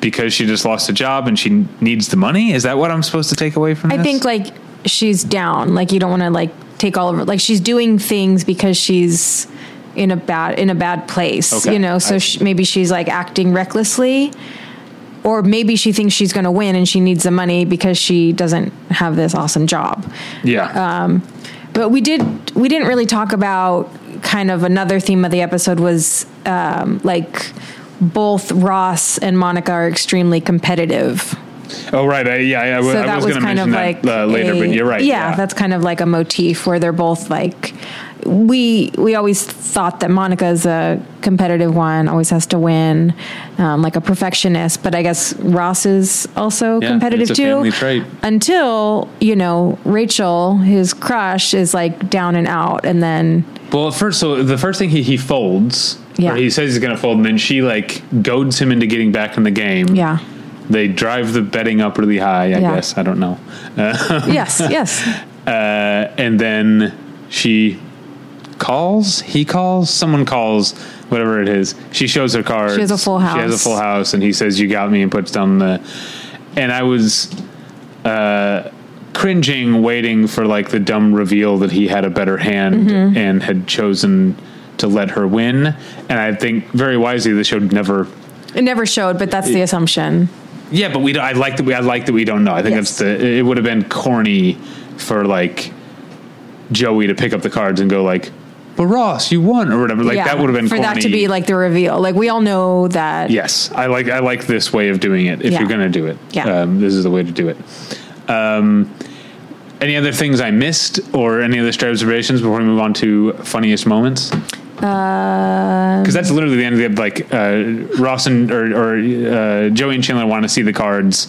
Speaker 3: because she just lost a job and she needs the money. Is that what I'm supposed to take away from
Speaker 2: I
Speaker 3: this?
Speaker 2: think like she's down. Like you don't want to like take all of her. Like she's doing things because she's in a bad in a bad place.
Speaker 3: Okay.
Speaker 2: You know, so
Speaker 3: I-
Speaker 2: she, maybe she's like acting recklessly, or maybe she thinks she's going to win and she needs the money because she doesn't have this awesome job.
Speaker 3: yeah.
Speaker 2: uh, But we did we didn't really talk about kind of another theme of the episode was um, like both Ross and Monica are extremely competitive.
Speaker 3: oh right. I, yeah. I, I w-
Speaker 2: So
Speaker 3: I
Speaker 2: that
Speaker 3: was,
Speaker 2: was
Speaker 3: going to
Speaker 2: kind of
Speaker 3: mention that
Speaker 2: like
Speaker 3: uh, later,
Speaker 2: a-
Speaker 3: but you're right.
Speaker 2: Yeah, that's kind of like a motif where they're both like we we always thought that Monica is a competitive one, always has to win, um, like a perfectionist. But I guess Ross is also
Speaker 1: Yeah,
Speaker 2: competitive
Speaker 1: it's a
Speaker 2: too.
Speaker 1: family trait.
Speaker 2: Until you know Rachel, his crush, is like down and out, and then
Speaker 1: Well, at first, so the first thing he, he folds,
Speaker 2: Yeah.
Speaker 1: or he says he's going to fold, and then she like goads him into getting back in the game.
Speaker 2: yeah,
Speaker 1: They drive the betting up really high, I
Speaker 2: Yeah.
Speaker 1: guess. I don't know.
Speaker 2: yes, yes,
Speaker 1: Uh, and then she calls, he calls, someone calls, whatever it is. She shows her cards.
Speaker 2: She has a full
Speaker 1: She has a
Speaker 2: house.
Speaker 1: full house, and he says, "You got me," and puts down the. And I was uh, cringing, waiting for like the dumb reveal that he had a better hand
Speaker 2: Mm-hmm.
Speaker 1: and had chosen to let her win. And I think very wisely the show never.
Speaker 2: it never showed, but that's the assumption.
Speaker 1: Yeah, but we. don't- I like that we. I like that we don't know. I think
Speaker 2: Yes.
Speaker 1: that's the. It would have been corny for like Joey to pick up the cards and go like. But Ross, you won, or whatever. Like
Speaker 2: Yeah,
Speaker 1: that would have been
Speaker 2: for
Speaker 1: corny.
Speaker 2: that to be like the reveal. Like we all know that.
Speaker 1: Yes, I like I like this way of doing it. If
Speaker 2: Yeah.
Speaker 1: you're going to do it,
Speaker 2: Yeah.
Speaker 1: um, this is the way to do it. Um, any other things I missed, or any other stray observations before we move on to funniest moments?
Speaker 2: Uh,
Speaker 1: Because that's literally the end of the like uh, Ross and or, or uh, Joey and Chandler want to see the cards.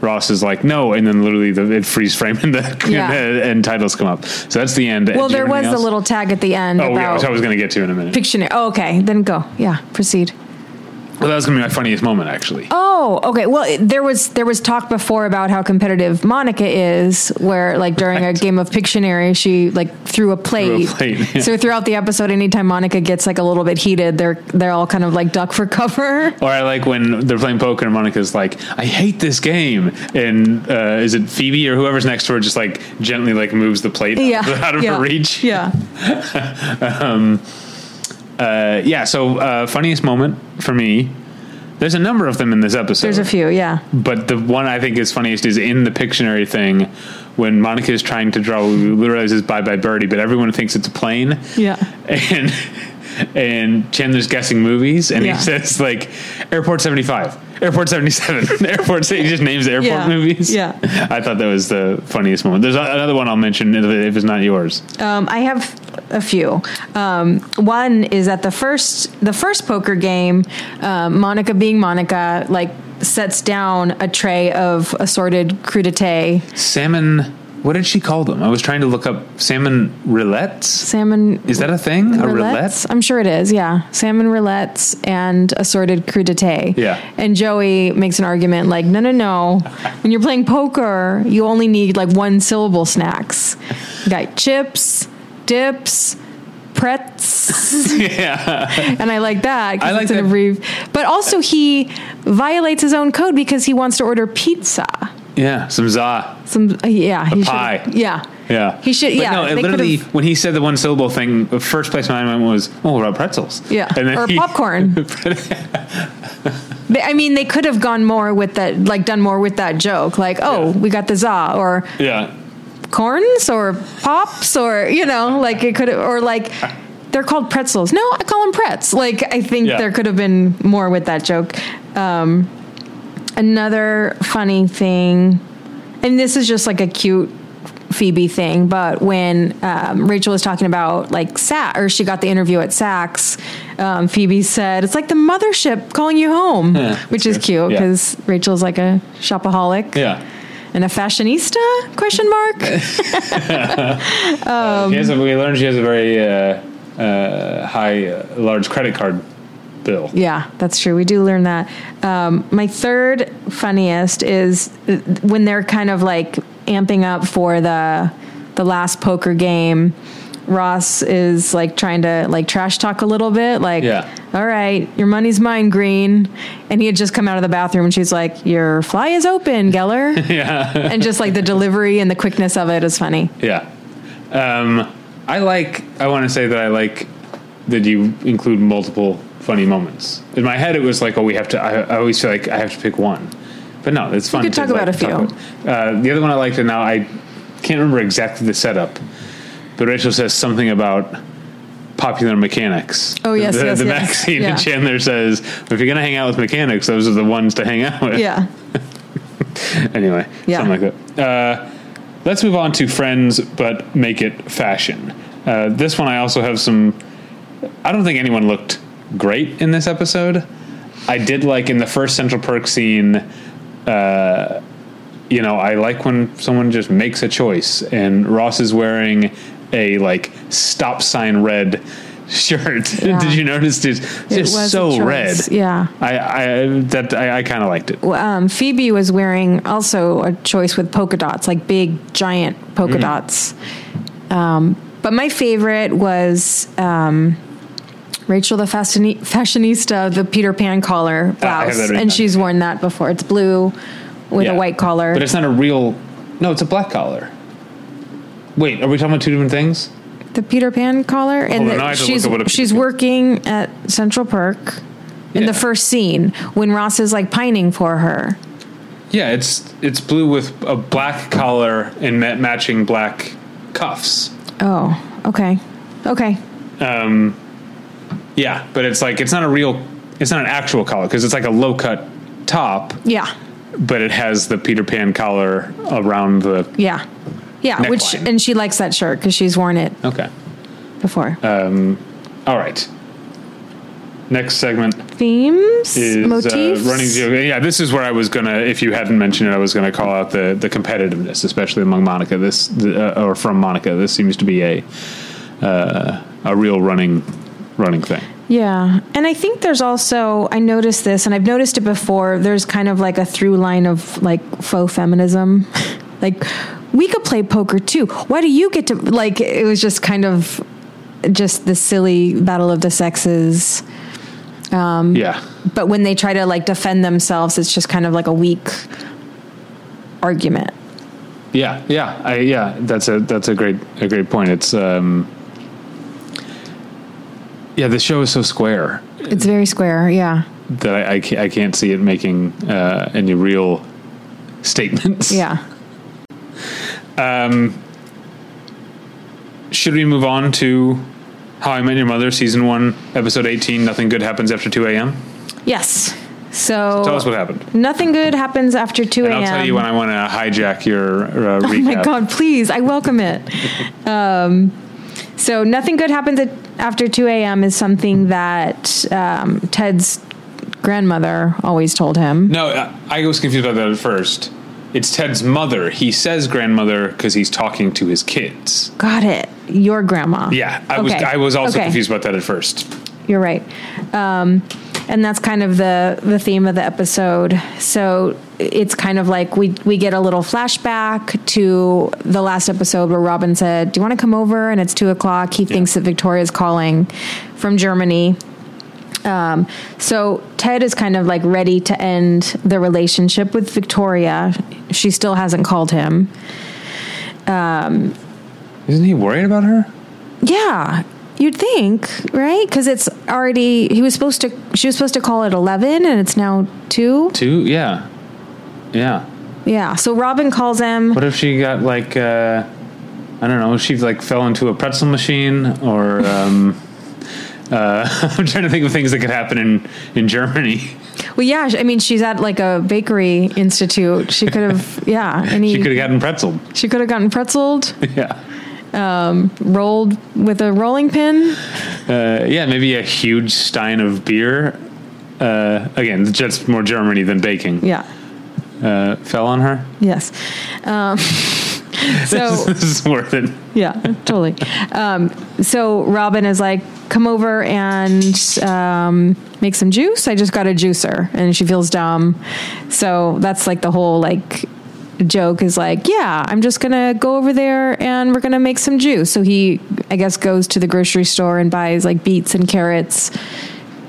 Speaker 1: Ross is like no, and then literally the it freeze frame and the *laughs*
Speaker 2: Yeah.
Speaker 1: and titles come up. So that's the end.
Speaker 2: Well,
Speaker 1: Do you
Speaker 2: there
Speaker 1: have
Speaker 2: was
Speaker 1: anything
Speaker 2: a
Speaker 1: else?
Speaker 2: little tag at the end
Speaker 1: Oh, yeah,
Speaker 2: about
Speaker 1: which I was going to get to in a minute.
Speaker 2: Pictionary. Oh, okay. Then go. Yeah, proceed.
Speaker 1: Well, that was going to be my funniest moment actually.
Speaker 2: Oh, okay. Well, it- there was there was talk before about how competitive Monica is, where like during a game of Pictionary, she like threw a plate.
Speaker 1: plate, yeah.
Speaker 2: So throughout the episode, anytime Monica gets like a little bit heated, they're they're all kind of like duck for cover. *laughs*
Speaker 1: Or I like when they're playing poker and Monica's like, I hate this game. And uh, is it Phoebe or whoever's next to her just like gently like moves the plate
Speaker 2: Yeah,
Speaker 1: out of
Speaker 2: yeah,
Speaker 1: her reach?
Speaker 2: Yeah,
Speaker 1: Uh, yeah. So uh, funniest moment for me. There's a number of them in this episode.
Speaker 2: there's a few. Yeah,
Speaker 1: But the one I think is funniest is in the Pictionary thing when Monica is trying to draw, we realize it's Bye Bye Birdie, but everyone thinks it's a plane.
Speaker 2: Yeah.
Speaker 1: And and Chandler's guessing movies, and
Speaker 2: Yeah.
Speaker 1: he says like Airport seventy five, Airport seventy seven, *laughs* Airport. He just names airport
Speaker 2: Yeah.
Speaker 1: movies.
Speaker 2: Yeah.
Speaker 1: I thought that was the funniest moment. There's a- another one I'll mention if if it's not yours.
Speaker 2: Um, I have a few. Um, one is at the first the first poker game, um, Monica being Monica, like sets down a tray of assorted crudité,
Speaker 1: Salmon. What did she call them? I was trying to look up salmon roulettes.
Speaker 2: salmon.
Speaker 1: Is that a thing? A roulette?
Speaker 2: roulettes? I'm sure it is. Yeah, salmon roulettes and assorted crudité.
Speaker 1: Yeah.
Speaker 2: And Joey makes an argument like, no, no, no.
Speaker 1: *laughs*
Speaker 2: When you're playing poker, you only need like one syllable snacks. You got chips, dips, pretz.
Speaker 1: *laughs* yeah.
Speaker 2: and I like that.
Speaker 1: I
Speaker 2: I
Speaker 1: like
Speaker 2: like it's an
Speaker 1: that-
Speaker 2: abbrev- But also, he violates his own code because he wants to order pizza.
Speaker 1: Yeah, some za.
Speaker 2: Some uh, yeah, he should-
Speaker 1: pie.
Speaker 2: Yeah,
Speaker 1: Yeah,
Speaker 2: He should-
Speaker 1: But
Speaker 2: yeah,
Speaker 1: no, it
Speaker 2: they
Speaker 1: literally
Speaker 2: could've-
Speaker 1: when he said the one syllable thing, the first place my mind went was, "Oh, what about pretzels?"
Speaker 2: Yeah. Or
Speaker 1: he- *laughs*
Speaker 2: popcorn. They- I mean, they could have gone more with that, like done more with that joke, like oh,
Speaker 1: Yeah.
Speaker 2: we got the za or
Speaker 1: yeah,
Speaker 2: corns or pops or you know, like it could have or like. They're called pretzels. No, I call them pretz. Like I think
Speaker 1: Yeah.
Speaker 2: there could have been more with that joke. Um, another funny thing, and this is just like a cute Phoebe thing, but when um, Rachel was talking about like Sa or she got the interview at Saks, um, Phoebe said it's like the mothership calling you home,
Speaker 1: Yeah,
Speaker 2: which is
Speaker 1: that's good.
Speaker 2: cute
Speaker 1: Yeah.
Speaker 2: because Rachel's like a shopaholic
Speaker 1: yeah.
Speaker 2: and a fashionista? Question mark. Um,
Speaker 1: she has a, we learned she has a very uh, uh, high, uh, large credit card bill.
Speaker 2: yeah, that's true. We do learn that. Um, my third funniest is uh, when they're kind of like amping up for the the last poker game. Ross is like trying to like trash talk a little bit, like,
Speaker 1: Yeah.
Speaker 2: "All right, your money's mine, Green." And he had just come out of the bathroom, and she's like, "Your fly is open, Geller."
Speaker 1: *laughs* Yeah,
Speaker 2: and just like the delivery and the quickness of it is funny.
Speaker 1: yeah. Um, I like. I want to say that I like that you include multiple funny moments. In my head, it was like, "Oh, we have to." I, I always feel like I have to pick one, but no, it's fun.
Speaker 2: could
Speaker 1: to,
Speaker 2: talk
Speaker 1: like,
Speaker 2: about a few.
Speaker 1: about- Uh, the other one I liked, and now I can't remember exactly the setup, but Rachel says something about popular mechanics.
Speaker 2: Oh, yes,
Speaker 1: the,
Speaker 2: yes,
Speaker 1: the
Speaker 2: yes.
Speaker 1: magazine,
Speaker 2: Yeah.
Speaker 1: and Chandler says, "If you're gonna hang out with mechanics, those are the ones to hang out with."
Speaker 2: Yeah.
Speaker 1: *laughs* anyway,
Speaker 2: Yeah.
Speaker 1: something like that. Uh, let's move on to friends, but make it fashion. Uh, this one I also have some. I don't think anyone looked great in this episode. I did like in the first Central Perk scene. Uh, you know, I like when someone just makes a choice, and Ross is wearing a like stop sign red *laughs* shirt.
Speaker 2: Yeah.
Speaker 1: did you notice? It's
Speaker 2: It was a
Speaker 1: just so red.
Speaker 2: choice. Yeah.
Speaker 1: I, I that I, I kind of liked it.
Speaker 2: um, Phoebe was wearing also a choice with polka dots, like big giant polka
Speaker 1: Mm.
Speaker 2: dots. Um, but my favorite was um, Rachel the fashioni- fashionista, the Peter Pan
Speaker 1: Ah, I
Speaker 2: collar
Speaker 1: have
Speaker 2: blouse,
Speaker 1: that written
Speaker 2: and
Speaker 1: down.
Speaker 2: she's worn that before. It's blue with a
Speaker 1: Yeah.
Speaker 2: white collar.
Speaker 1: But it's not a real. No, it's a black collar. Wait, are we talking about two different things?
Speaker 2: the Peter Pan collar, and
Speaker 1: on,
Speaker 2: the-
Speaker 1: now I have to look
Speaker 2: she's
Speaker 1: up what a Peter
Speaker 2: she's
Speaker 1: Pan-
Speaker 2: working at Central Perk. In
Speaker 1: Yeah.
Speaker 2: the first scene, when Ross is like pining for her,
Speaker 1: Yeah, it's it's blue with a black collar and ma- matching black cuffs.
Speaker 2: oh, okay, okay,
Speaker 1: Yeah, but it's like it's not a real. It's not an actual collar because it's like a low cut top,
Speaker 2: yeah,
Speaker 1: but it has the Peter Pan collar around the.
Speaker 2: Yeah. Yeah, which
Speaker 1: Neckline.
Speaker 2: and she likes that shirt because she's worn it
Speaker 1: Okay.
Speaker 2: before.
Speaker 1: Uh, All right. Next segment
Speaker 2: Themes,
Speaker 1: is
Speaker 2: motifs.
Speaker 1: Uh, running joke. Yeah, this is where I was gonna. If you hadn't mentioned it, I was gonna call out the the competitiveness, especially among Monica. This the, uh, or from Monica. This seems to be a uh, a real running running thing.
Speaker 2: Yeah, and I think there's also I noticed this, and I've noticed it before. There's kind of like a through line of like faux feminism, *laughs* like we could play poker too. Why do you get to like? It was just kind of just the silly battle of the sexes. Mm.
Speaker 1: Yeah,
Speaker 2: But when they try to like defend themselves, it's just kind of like a weak argument.
Speaker 1: yeah, yeah, I, yeah. That's a that's a great a great point. It's um, yeah. The show is so square
Speaker 2: It's very square. Yeah.
Speaker 1: that I I can't, I can't see it making uh, any real statements.
Speaker 2: Yeah.
Speaker 1: should we move on to How I Met Your Mother, season one, episode eighteen? Nothing good happens after two a.m.
Speaker 2: Yes. So,
Speaker 1: Tell us what happened,
Speaker 2: nothing good happens after 2
Speaker 1: and
Speaker 2: a.m.
Speaker 1: I'll tell you when I want to hijack your uh,
Speaker 2: *laughs* Oh
Speaker 1: recap.
Speaker 2: my God, please. I
Speaker 1: *laughs*
Speaker 2: welcome it. um, so, nothing good happens at, after 2 a.m. is something that um, Ted's grandmother always told him.
Speaker 1: No, uh, I I was confused about that at first. It's Ted's mother. He says grandmother because he's talking to his kids.
Speaker 2: Got it. Your grandma.
Speaker 1: Yeah, I was
Speaker 2: Okay.
Speaker 1: I was also
Speaker 2: Okay.
Speaker 1: confused about that at first.
Speaker 2: You're right. Um, and that's kind of the the theme of the episode. So it's kind of like we we get a little flashback to the last episode where Robin said, "Do you want to come over?" And it's two o'clock. He thinks that Victoria's calling from Germany. Um, so Ted is kind of like ready to end the relationship with Victoria. She still hasn't called him.
Speaker 1: Isn't he worried about her?
Speaker 2: Yeah, you'd think, right? Because it's already he was supposed to. She was supposed to call at eleven, and it's now two.
Speaker 1: Too? Yeah. Yeah.
Speaker 2: Yeah. So Robin calls him.
Speaker 1: What if she got like uh I don't know, she like fell into a pretzel machine or um uh *laughs* I'm trying to think of things that could happen in in Germany.
Speaker 2: Well, yeah. I mean, she's at like a bakery institute. She
Speaker 1: *laughs*
Speaker 2: could have. yeah. And he,
Speaker 1: She could have gotten pretzeled.
Speaker 2: she could have gotten pretzeled,
Speaker 1: *laughs* Yeah.
Speaker 2: rolled with a rolling pin.
Speaker 1: Uh, yeah, maybe a huge stein of beer. Uh, again, that's more Germany than baking.
Speaker 2: Yeah.
Speaker 1: Uh, fell on her. *laughs*
Speaker 2: Yes. Um, *laughs* so
Speaker 1: this is worth it.
Speaker 2: yeah, totally. Um, so Robin is like, come over and um, make some juice. I just got a juicer, and she feels dumb. So that's like the whole like joke is like, yeah, I'm just gonna go over there and we're gonna make some juice. So he, I guess, goes to the grocery store and buys like beets and carrots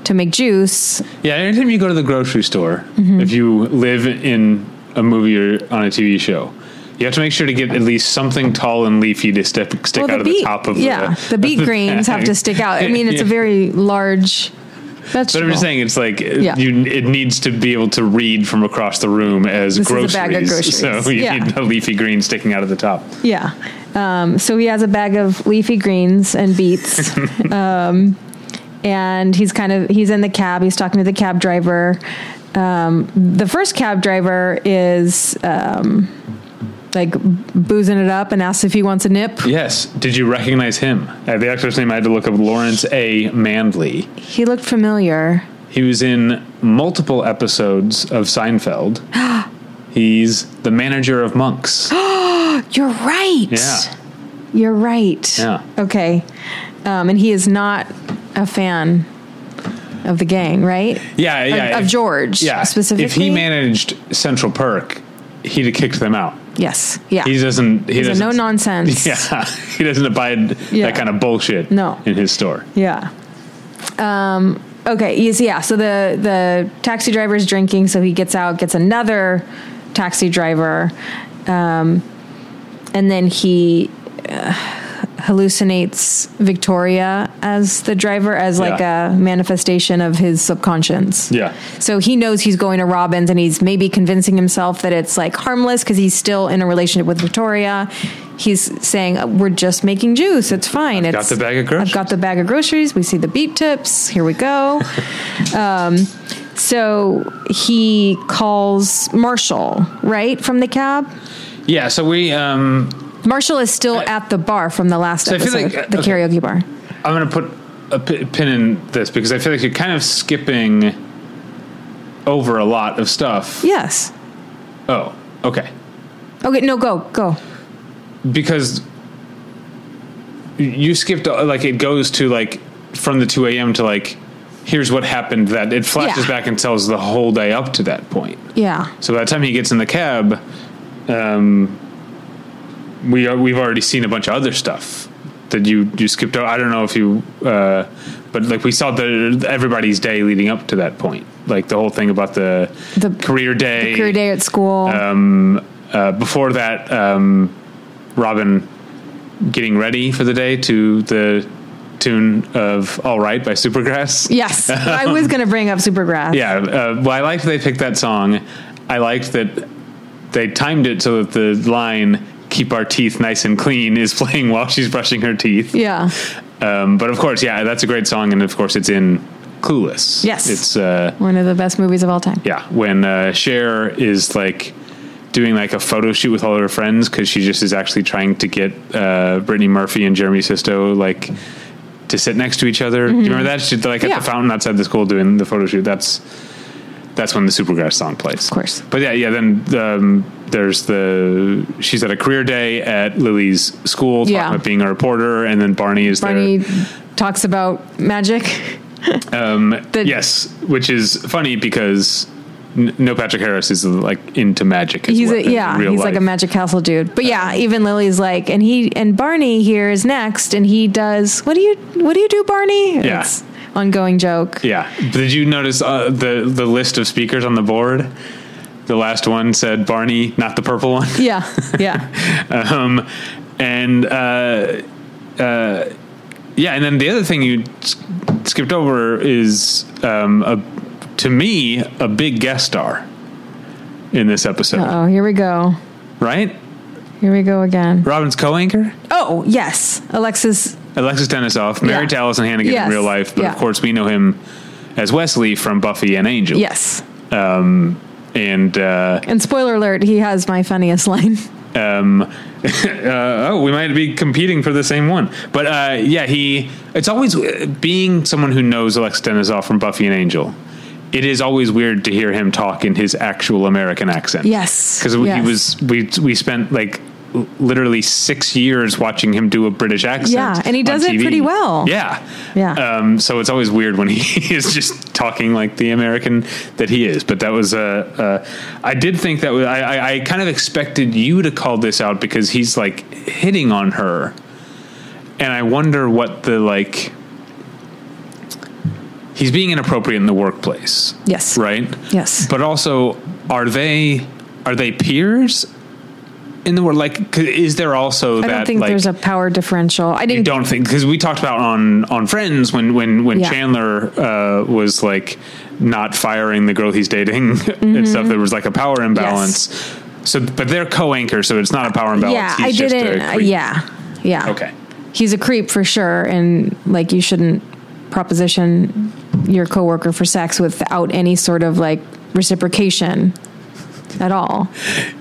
Speaker 2: to make juice.
Speaker 1: Yeah, anytime you go to the grocery store,
Speaker 2: Mm-hmm.
Speaker 1: if you live in a movie or on a TV show, you have to make sure to get at least something tall and leafy to step, stick out of the top of
Speaker 2: yeah,
Speaker 1: the, *laughs*
Speaker 2: the beet
Speaker 1: of
Speaker 2: greens have to
Speaker 1: bag.
Speaker 2: stick out. I mean, it's a
Speaker 1: Yeah.
Speaker 2: very large vegetable.
Speaker 1: But I'm just saying, it's like
Speaker 2: Yeah.
Speaker 1: you. It needs to be able to read from across the room as
Speaker 2: This
Speaker 1: groceries. *laughs*
Speaker 2: is a bag of groceries.
Speaker 1: So you
Speaker 2: Yeah.
Speaker 1: need a leafy green sticking out of the top.
Speaker 2: Yeah. Um, so he has a bag of leafy greens and
Speaker 1: *laughs*
Speaker 2: beets. um, and he's kind of he's in the cab. He's talking to the cab driver. Um, the first cab driver is um, like boozing it up and asks if he wants a nip.
Speaker 1: Yes. Did you recognize him? Uh, the actor's name I had to look up: Lawrence A. Mandley.
Speaker 2: He looked familiar.
Speaker 1: He was in multiple episodes of
Speaker 2: *gasps*
Speaker 1: Seinfeld. He's the manager of monks.
Speaker 2: You're right.
Speaker 1: Yeah.
Speaker 2: You're right.
Speaker 1: Yeah.
Speaker 2: Okay. Um, and he is not a fan of the gang, right?
Speaker 1: Yeah, yeah.
Speaker 2: of
Speaker 1: if-
Speaker 2: George,
Speaker 1: yeah. If
Speaker 2: specifically?
Speaker 1: he managed Central Perk, he'd have kicked them out.
Speaker 2: Yes. Yeah.
Speaker 1: He doesn't. He
Speaker 2: He's a
Speaker 1: doesn't.
Speaker 2: no
Speaker 1: *laughs*
Speaker 2: nonsense.
Speaker 1: Yeah, he doesn't abide
Speaker 2: Yeah.
Speaker 1: that kind of bullshit.
Speaker 2: No.
Speaker 1: in his store.
Speaker 2: Yeah. Um, okay. Yes. Yeah. So the the taxi driver is drinking, so he gets out, gets another taxi driver, um, and then he uh, hallucinates Victoria as the driver as like
Speaker 1: Yeah.
Speaker 2: a manifestation of his subconscious.
Speaker 1: Yeah.
Speaker 2: So he knows he's going to Robbins and he's maybe convincing himself that it's like harmless because he's still in a relationship with Victoria. He's saying, "Uh, We're just making juice. It's fine.
Speaker 1: got
Speaker 2: it's,
Speaker 1: the bag of
Speaker 2: I've got the bag of groceries. We see the beep tips. Here we go.
Speaker 1: *laughs*
Speaker 2: um, so he calls Marshall, right, from the cab.
Speaker 1: Yeah. So we. Um,
Speaker 2: Marshall is still at the bar from the last
Speaker 1: So I feel
Speaker 2: episode,
Speaker 1: like- uh,
Speaker 2: the
Speaker 1: okay.
Speaker 2: karaoke bar.
Speaker 1: I'm going to put a pi- pin in this because I feel like you're kind of skipping over a lot of stuff.
Speaker 2: Yes.
Speaker 1: Oh, okay.
Speaker 2: Okay. No. Go. Go.
Speaker 1: because you skipped uh, like it goes to like from the 2 a.m to like here's what happened that it flashes
Speaker 2: Yeah.
Speaker 1: back and tells the whole day up to that point
Speaker 2: Yeah.
Speaker 1: so by the time he gets in the cab um we are we've already seen a bunch of other stuff that you you skipped out i don't know if you uh but like we saw the everybody's day leading up to that point like the whole thing about the,
Speaker 2: The-
Speaker 1: career day
Speaker 2: Career day at school.
Speaker 1: um, uh, before that, um, Robin getting ready for the day to the tune of "All Right" by Supergrass. *laughs*
Speaker 2: yes. I was going to bring up Supergrass.
Speaker 1: Yeah. Uh, well, I liked they picked that song. I liked that they timed it so that the line "Keep our teeth nice and clean" is *laughs* playing while she's brushing her teeth.
Speaker 2: Yeah.
Speaker 1: Um, but of course, yeah, that's a great song, and of course, it's in Clueless.
Speaker 2: Yes.
Speaker 1: It's. Uh,
Speaker 2: One of the best movies of all time.
Speaker 1: yeah, when uh, Cher is like doing like a photo shoot with all her friends because she just is actually trying to get uh, Brittany Murphy and Jeremy Sisto like to sit next to each other. Do you remember that? She, like at
Speaker 2: Mm-hmm. Yeah.
Speaker 1: the fountain outside the school doing the photo shoot. That's that's when the Supergrass song plays. Of
Speaker 2: course.
Speaker 1: But yeah, yeah. Then um, there's the she's at a career day at Lily's school, talking
Speaker 2: Yeah.
Speaker 1: about being a reporter, and then Barney is there.
Speaker 2: Barney talks about magic. The-
Speaker 1: yes, which is funny because n- no Patrick Harris is like into magic. as
Speaker 2: he's
Speaker 1: well
Speaker 2: a,
Speaker 1: in
Speaker 2: yeah
Speaker 1: real
Speaker 2: he's like a
Speaker 1: life.
Speaker 2: magic castle dude but yeah even lily's like and he and barney here is next and he does what do you what do you do barney
Speaker 1: Yeah.
Speaker 2: It's ongoing joke.
Speaker 1: Yeah. Did you notice uh, the the list of speakers on the board? The last one said Barney, not the purple one. *laughs*
Speaker 2: Yeah, yeah.
Speaker 1: um, and uh, uh, yeah, and then the other thing you s- skipped over is um, a, to me a big guest star in this episode,
Speaker 2: oh, here we go.
Speaker 1: right?
Speaker 2: Here we go again.
Speaker 1: Robin's co-anchor,
Speaker 2: Oh, yes. Alexis.
Speaker 1: Alexis Denisoff, married to
Speaker 2: Yeah.
Speaker 1: Allison Hannigan
Speaker 2: Yes.
Speaker 1: in real life, but
Speaker 2: Yeah.
Speaker 1: of course we know him as Wesley from Buffy and Angel.
Speaker 2: Yes.
Speaker 1: and uh,
Speaker 2: And spoiler alert, he has my funniest line. *laughs*
Speaker 1: um, uh, oh, we might be competing for the same one. But uh, yeah, he. It's always uh, being someone who knows Alex Denisoff from Buffy and Angel. It is always weird to hear him talk in his actual American accent.
Speaker 2: Yes,
Speaker 1: because
Speaker 2: yes.
Speaker 1: he was. We we spent like l- literally six years watching him do a British accent.
Speaker 2: Yeah, and he
Speaker 1: on
Speaker 2: does it
Speaker 1: TV.
Speaker 2: pretty well.
Speaker 1: Yeah,
Speaker 2: Yeah.
Speaker 1: Um, so it's always weird when he *laughs* is just talking like the American that he is. But that was uh, uh, I did think that was, I, I, I kind of expected you to call this out because he's like hitting on her, and I wonder what the like. He's being inappropriate in the workplace.
Speaker 2: Yes.
Speaker 1: Right.
Speaker 2: Yes.
Speaker 1: But also, are they are they peers in the world? Like, c- is there also
Speaker 2: I
Speaker 1: that
Speaker 2: don't think
Speaker 1: like,
Speaker 2: there's a power differential. I
Speaker 1: you
Speaker 2: didn't.
Speaker 1: don't think because we talked about on on Friends when when when
Speaker 2: Yeah.
Speaker 1: Chandler uh, was like not firing the girl he's dating *laughs* and
Speaker 2: Mm-hmm.
Speaker 1: stuff. There was like a power imbalance. So, but they're co-anchor, so it's not a power imbalance.
Speaker 2: yeah,
Speaker 1: He's
Speaker 2: I
Speaker 1: just a
Speaker 2: didn't. uh,
Speaker 1: creep.
Speaker 2: yeah, yeah.
Speaker 1: Okay.
Speaker 2: He's a creep for sure, and like you shouldn't proposition your coworker for sex without any sort of like reciprocation at all.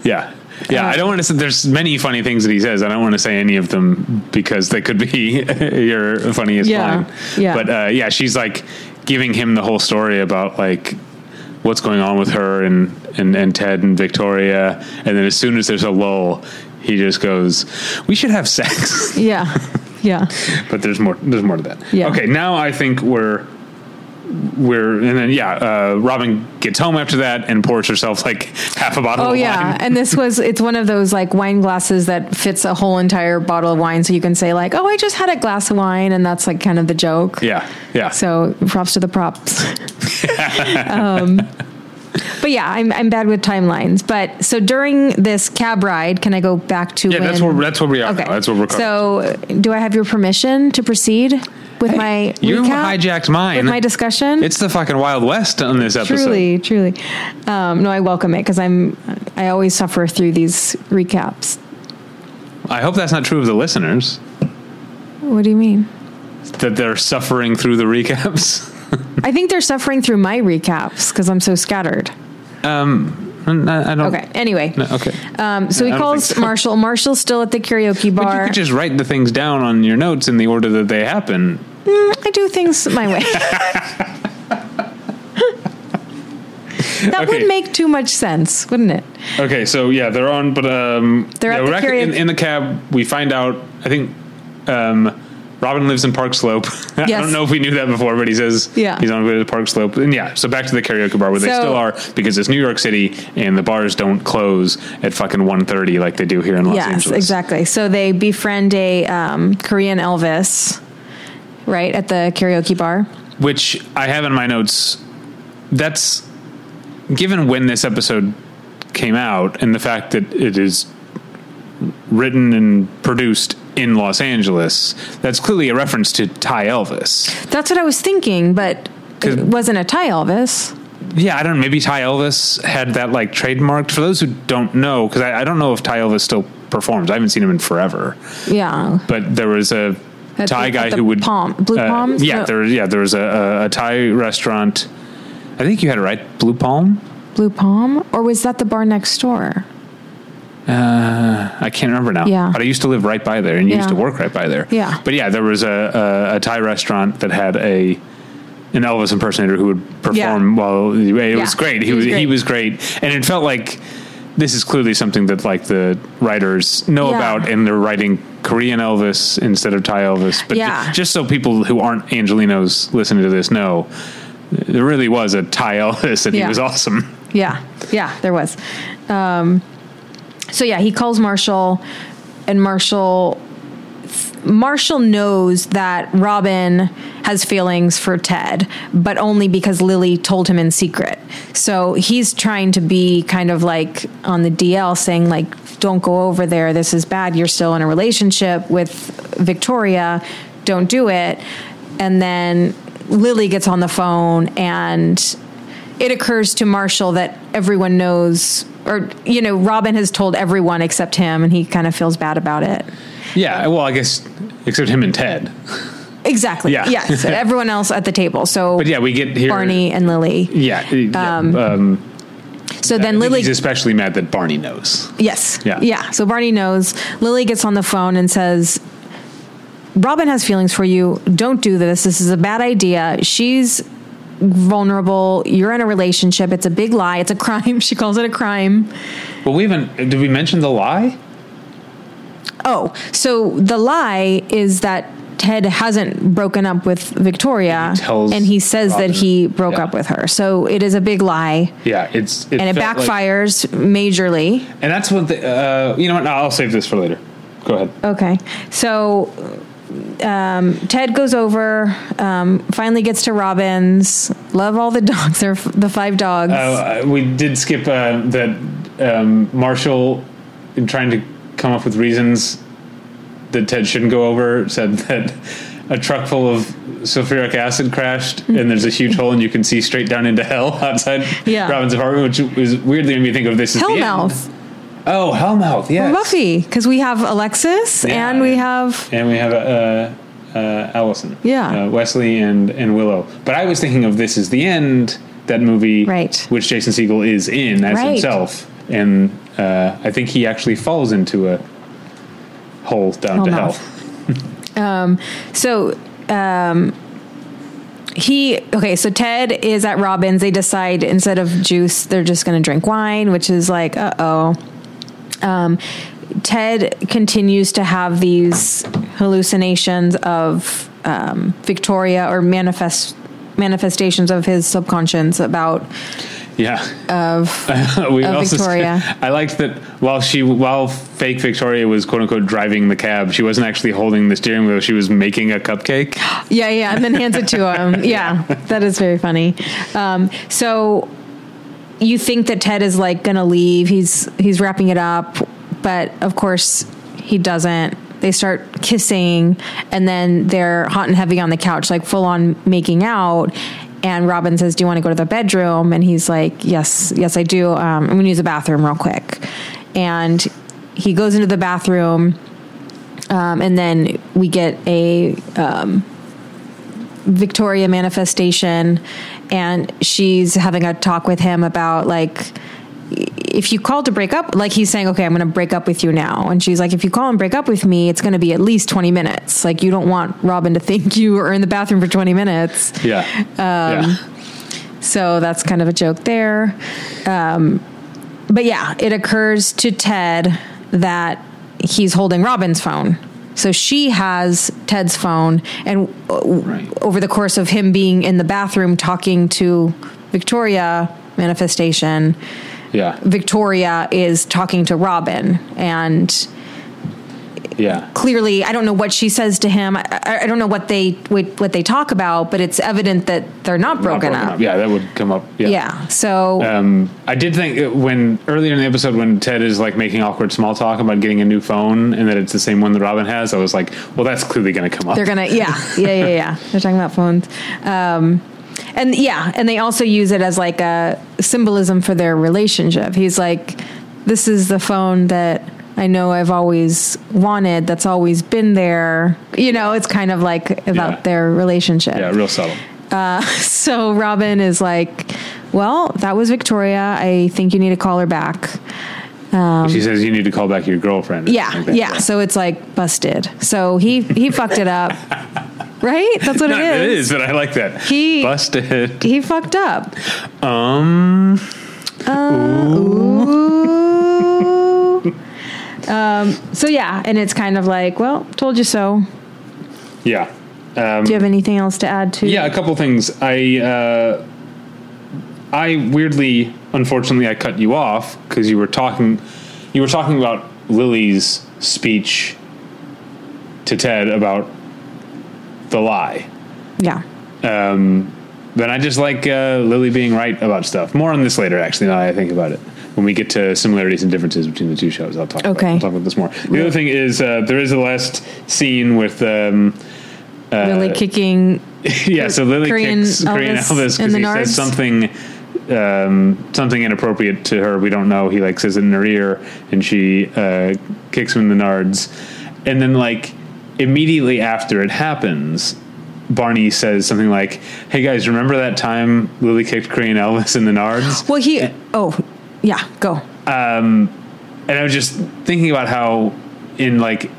Speaker 1: Yeah. Yeah, I don't want to say there's many funny things that he says. I don't want to say any of them because they could be *laughs* your funniest
Speaker 2: Yeah,
Speaker 1: line.
Speaker 2: yeah.
Speaker 1: But uh, yeah, she's like giving him the whole story about like what's going on with her and, and, and Ted and Victoria. And then as soon as there's a lull, he just goes, "We should have sex." *laughs*
Speaker 2: Yeah, yeah.
Speaker 1: but there's more. There's more to that.
Speaker 2: Yeah.
Speaker 1: Okay. Now I think we're we're and then yeah. Uh, Robin gets home after that and pours herself like half a bottle.
Speaker 2: Oh
Speaker 1: of
Speaker 2: yeah,
Speaker 1: wine.
Speaker 2: and this was it's one of those like wine glasses that fits a whole entire bottle of wine, so you can say like, "Oh, I just had a glass of wine," and that's like kind of the joke.
Speaker 1: Yeah. Yeah.
Speaker 2: So props to
Speaker 1: *laughs*
Speaker 2: the props. um, but yeah, I'm I'm bad with timelines. But so during this cab ride, can I go back to?
Speaker 1: Yeah,
Speaker 2: when,
Speaker 1: that's where that's where we are. Now. That's where we're.
Speaker 2: So do I have your permission to proceed with my
Speaker 1: you
Speaker 2: recap?
Speaker 1: hijacked mine.
Speaker 2: with my discussion?
Speaker 1: it's the fucking Wild West on this episode.
Speaker 2: truly, truly. Um, no, I welcome it because I'm I always suffer through these recaps.
Speaker 1: I hope that's not true of the listeners
Speaker 2: What do you mean?
Speaker 1: that they're suffering through the recaps. *laughs*
Speaker 2: I think they're suffering through my recaps because I'm so scattered.
Speaker 1: I I don't.
Speaker 2: Okay. Anyway,
Speaker 1: No, okay.
Speaker 2: um, so
Speaker 1: I
Speaker 2: he
Speaker 1: don't
Speaker 2: calls
Speaker 1: think so.
Speaker 2: Marshall. Marshall's still at the karaoke
Speaker 1: But you
Speaker 2: bar.
Speaker 1: could just write the things down on your notes in the order that they happen.
Speaker 2: I do things my
Speaker 1: *laughs*
Speaker 2: way. that
Speaker 1: Okay.
Speaker 2: would make too much sense, wouldn't it?
Speaker 1: Okay, so yeah, they're on, but um,
Speaker 2: They're
Speaker 1: yeah,
Speaker 2: at the
Speaker 1: we're ac- in,
Speaker 2: karaoke-
Speaker 1: in the cab. We find out. I think um, Robin lives in Park Slope. *laughs* I
Speaker 2: Yes.
Speaker 1: don't know if we knew that before, but he says
Speaker 2: Yeah.
Speaker 1: he's on his way to Park Slope. And yeah, so back to the karaoke bar where they
Speaker 2: So-
Speaker 1: still are because it's New York City and the bars don't close at fucking one thirty like they do here in Los
Speaker 2: yes,
Speaker 1: Angeles.
Speaker 2: exactly. So they befriend a um, Korean Elvis, right, at the karaoke bar.
Speaker 1: Which I have in my notes. That's given when this episode came out and the fact that it is written and produced in Los Angeles, that's clearly a reference to Ty Elvis.
Speaker 2: That's what I was thinking, but it
Speaker 1: 'Cause-
Speaker 2: wasn't a tie Elvis.
Speaker 1: Yeah, I don't know. Maybe Ty Elvis had that like trademarked. For those who don't know, because I, I don't know if Ty Elvis still performs, I haven't seen him in forever.
Speaker 2: Yeah.
Speaker 1: but there was a
Speaker 2: At
Speaker 1: Thai
Speaker 2: the-
Speaker 1: guy
Speaker 2: at the
Speaker 1: who would
Speaker 2: Palm- Blue
Speaker 1: uh,
Speaker 2: Palm?
Speaker 1: Yeah,
Speaker 2: No.
Speaker 1: there yeah there was a, a, a Thai restaurant. I think you had it right, Blue Palm.
Speaker 2: Blue Palm? Or was that the bar next door?
Speaker 1: I can't remember now.
Speaker 2: Yeah.
Speaker 1: but I used to live right by there and
Speaker 2: Yeah.
Speaker 1: used to work right by there.
Speaker 2: Yeah.
Speaker 1: but yeah, there was a, a, a Thai restaurant that had a an Elvis impersonator who would perform while it was great. He, was, he was great, and it felt like this is clearly something that like the writers know
Speaker 2: Yeah.
Speaker 1: about and they're writing Korean Elvis instead of Thai Elvis. But ju-
Speaker 2: Yeah.
Speaker 1: just, so people who aren't Angelinos listening to this know, there really was a Thai Elvis, and
Speaker 2: Yeah.
Speaker 1: he was awesome.
Speaker 2: Yeah, yeah, there was. Um, so yeah, he calls Marshall, and Marshall th- Marshall knows that Robin has feelings for Ted, but only because Lily told him in secret. So he's trying to be kind of like on the DL saying like don't go over there. This is bad. You're still in a relationship with Victoria. Don't do it. And then Lily gets on the phone and it occurs to Marshall that everyone knows or you know Robin has told everyone except him and he kind of feels bad about it.
Speaker 1: Yeah, well, I guess except him and Ted.
Speaker 2: Exactly.
Speaker 1: Yeah. *laughs*
Speaker 2: Yes. everyone else at the table. So
Speaker 1: But yeah, we get here.
Speaker 2: Barney and Lily.
Speaker 1: Yeah. yeah,
Speaker 2: Um,
Speaker 1: um,
Speaker 2: So
Speaker 1: I
Speaker 2: then
Speaker 1: think
Speaker 2: Lily
Speaker 1: He's especially mad that Barney knows.
Speaker 2: Yes.
Speaker 1: Yeah.
Speaker 2: So Barney knows. Lily gets on the phone and says, Robin has feelings for you. Don't do this. This is a bad idea. She's vulnerable. You're in a relationship. It's a big lie. It's a crime. *laughs* She calls it a crime.
Speaker 1: Well, we even did we mention the lie?
Speaker 2: Oh, so the lie is that Ted hasn't broken up with Victoria.
Speaker 1: He tells
Speaker 2: and he says
Speaker 1: Robin-
Speaker 2: that he broke
Speaker 1: Yeah.
Speaker 2: up with her. So it is a big lie.
Speaker 1: Yeah, it's it
Speaker 2: And it
Speaker 1: felt like-
Speaker 2: backfires majorly.
Speaker 1: and that's what the uh, you know what? No, I'll save this for later. Go ahead.
Speaker 2: Okay. So um, Ted goes over, um, finally gets to Robin's. Love all the dogs. They're f- the five dogs.
Speaker 1: Uh, we did skip uh, that um, Marshall, in trying to come up with reasons that Ted shouldn't go over, said that a truck full of sulfuric acid crashed
Speaker 2: Mm-hmm.
Speaker 1: and there's a huge hole and you can see straight down into hell outside
Speaker 2: Yeah.
Speaker 1: Robin's apartment, which is weirdly made me think of this as the
Speaker 2: Hellmouth.
Speaker 1: end. Oh, Hellmouth, yes.
Speaker 2: Buffy. Because we have Alexis
Speaker 1: Yeah.
Speaker 2: and we have.
Speaker 1: and we have uh, uh, Allison.
Speaker 2: Yeah.
Speaker 1: uh, Wesley and and Willow. But I was thinking of this is the end that movie,
Speaker 2: Right.
Speaker 1: Which Jason Siegel is in as
Speaker 2: Right.
Speaker 1: himself, and uh, I think he actually falls into a hole down to
Speaker 2: Hellmouth.
Speaker 1: hell.
Speaker 2: So. Um, he okay so ted is at robbins they decide instead of juice they're just going to drink wine which is like uh-oh um, Ted continues to have these hallucinations of um, Victoria or manifest manifestations of his subconscious about
Speaker 1: *laughs* Yeah,
Speaker 2: of
Speaker 1: *laughs* we
Speaker 2: Of Victoria.
Speaker 1: *laughs* I liked that while she while fake Victoria was quote unquote driving the cab, she wasn't actually holding the steering wheel. She was making a
Speaker 2: *gasps*
Speaker 1: cupcake.
Speaker 2: yeah yeah and then hands it to him yeah that is very funny um, so you think that Ted is like gonna leave he's he's wrapping it up but of course he doesn't they start kissing and then they're hot and heavy on the couch like full on making out and Robin says do you want to go to the bedroom and he's like yes yes I do um, I'm gonna use the bathroom real quick and he goes into the bathroom um, and then we get a Victoria manifestation and she's having a talk with him about like if you call to break up like he's saying okay I'm going to break up with you now and she's like if you call and break up with me it's going to be at least 20 minutes like you don't want Robin to think *laughs* you are in the bathroom for 20 minutes
Speaker 1: Yeah, yeah.
Speaker 2: Um, so that's kind of a joke there. Um, but yeah, it occurs to Ted that he's holding Robin's phone. So she has Ted's phone. And uh, w-
Speaker 1: Right.
Speaker 2: over the course of him being in the bathroom talking to Victoria, manifestation,
Speaker 1: yeah,
Speaker 2: Victoria is talking to Robin. And
Speaker 1: yeah.
Speaker 2: clearly i don't know what she says to him i, I I don't know what they what, what they talk about but it's evident that they're not
Speaker 1: Not
Speaker 2: broken, up,
Speaker 1: Yeah, that would come up.
Speaker 2: Yeah. so
Speaker 1: Um, I did think it- when earlier in the episode when Ted is like making awkward small talk about getting a new phone and that it's the same one that Robin has, I was like, well, that's clearly going to come up.
Speaker 2: They're gonna, yeah, *laughs* yeah, yeah, yeah. They're talking about phones, um, and yeah, and they also use it as like a symbolism for their relationship. He's like, "This is the phone that I know I've always wanted. That's always been there." You know, it's kind of like about
Speaker 1: Yeah.
Speaker 2: their relationship. Uh,
Speaker 1: yeah, real subtle.
Speaker 2: *laughs* So Robin is like, "Well, that was Victoria. I think you need to call her back."
Speaker 1: she says you need to call back your girlfriend. or
Speaker 2: Um, Yeah,
Speaker 1: something like that.
Speaker 2: yeah. So it's like busted. So he he fucked
Speaker 1: *laughs*
Speaker 2: it up, right? That's what
Speaker 1: No,
Speaker 2: it is.
Speaker 1: but I like that.
Speaker 2: He-
Speaker 1: busted.
Speaker 2: He fucked up.
Speaker 1: Um,
Speaker 2: Ooh. um, so yeah, and it's kind of like, well, told you so.
Speaker 1: yeah,
Speaker 2: Do you have anything else to add to?
Speaker 1: Um, yeah. A couple things. I, uh, I weirdly, unfortunately, I cut you off because you were talking, you were talking about Lily's speech to Ted about the lie.
Speaker 2: Yeah.
Speaker 1: Then I just like uh, Lily being right about stuff. More on this later, actually. Now that I think about it, when we get to similarities and differences between the two shows, I'll talk.
Speaker 2: Okay.
Speaker 1: About, I'll talk about this more. The other thing is uh, there is the last scene with um,
Speaker 2: Really kicking.
Speaker 1: *laughs* yeah. So Lily
Speaker 2: Korean
Speaker 1: kicks Korean
Speaker 2: Elvis
Speaker 1: Elvis because
Speaker 2: in the
Speaker 1: he
Speaker 2: nards?
Speaker 1: says something um, something inappropriate to her. We don't know. He like says it in her ear, and she uh, kicks him in the nards, and then like immediately after it happens. Barney says something like, "Hey guys, remember that time Lily kicked Korean Elvis in the nards?"
Speaker 2: Well, he. Oh, yeah. Go.
Speaker 1: and I was just thinking about how in like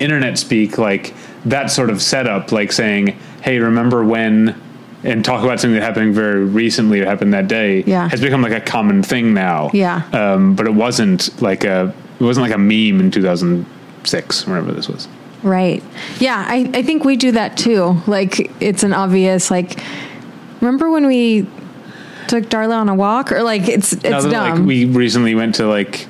Speaker 1: internet speak, like that sort of setup, like saying, "Hey, remember when?" and talk about something that happened very recently or happened that day
Speaker 2: Yeah.
Speaker 1: has become like a common thing now.
Speaker 2: Yeah.
Speaker 1: um, but it wasn't like a it wasn't like a meme in 2006, whenever this was.
Speaker 2: Right. Yeah, I, I think we do that too. Like it's an obvious like remember when we took Darla on a walk or like it's it's
Speaker 1: Now that,
Speaker 2: dumb.
Speaker 1: Like we recently went to like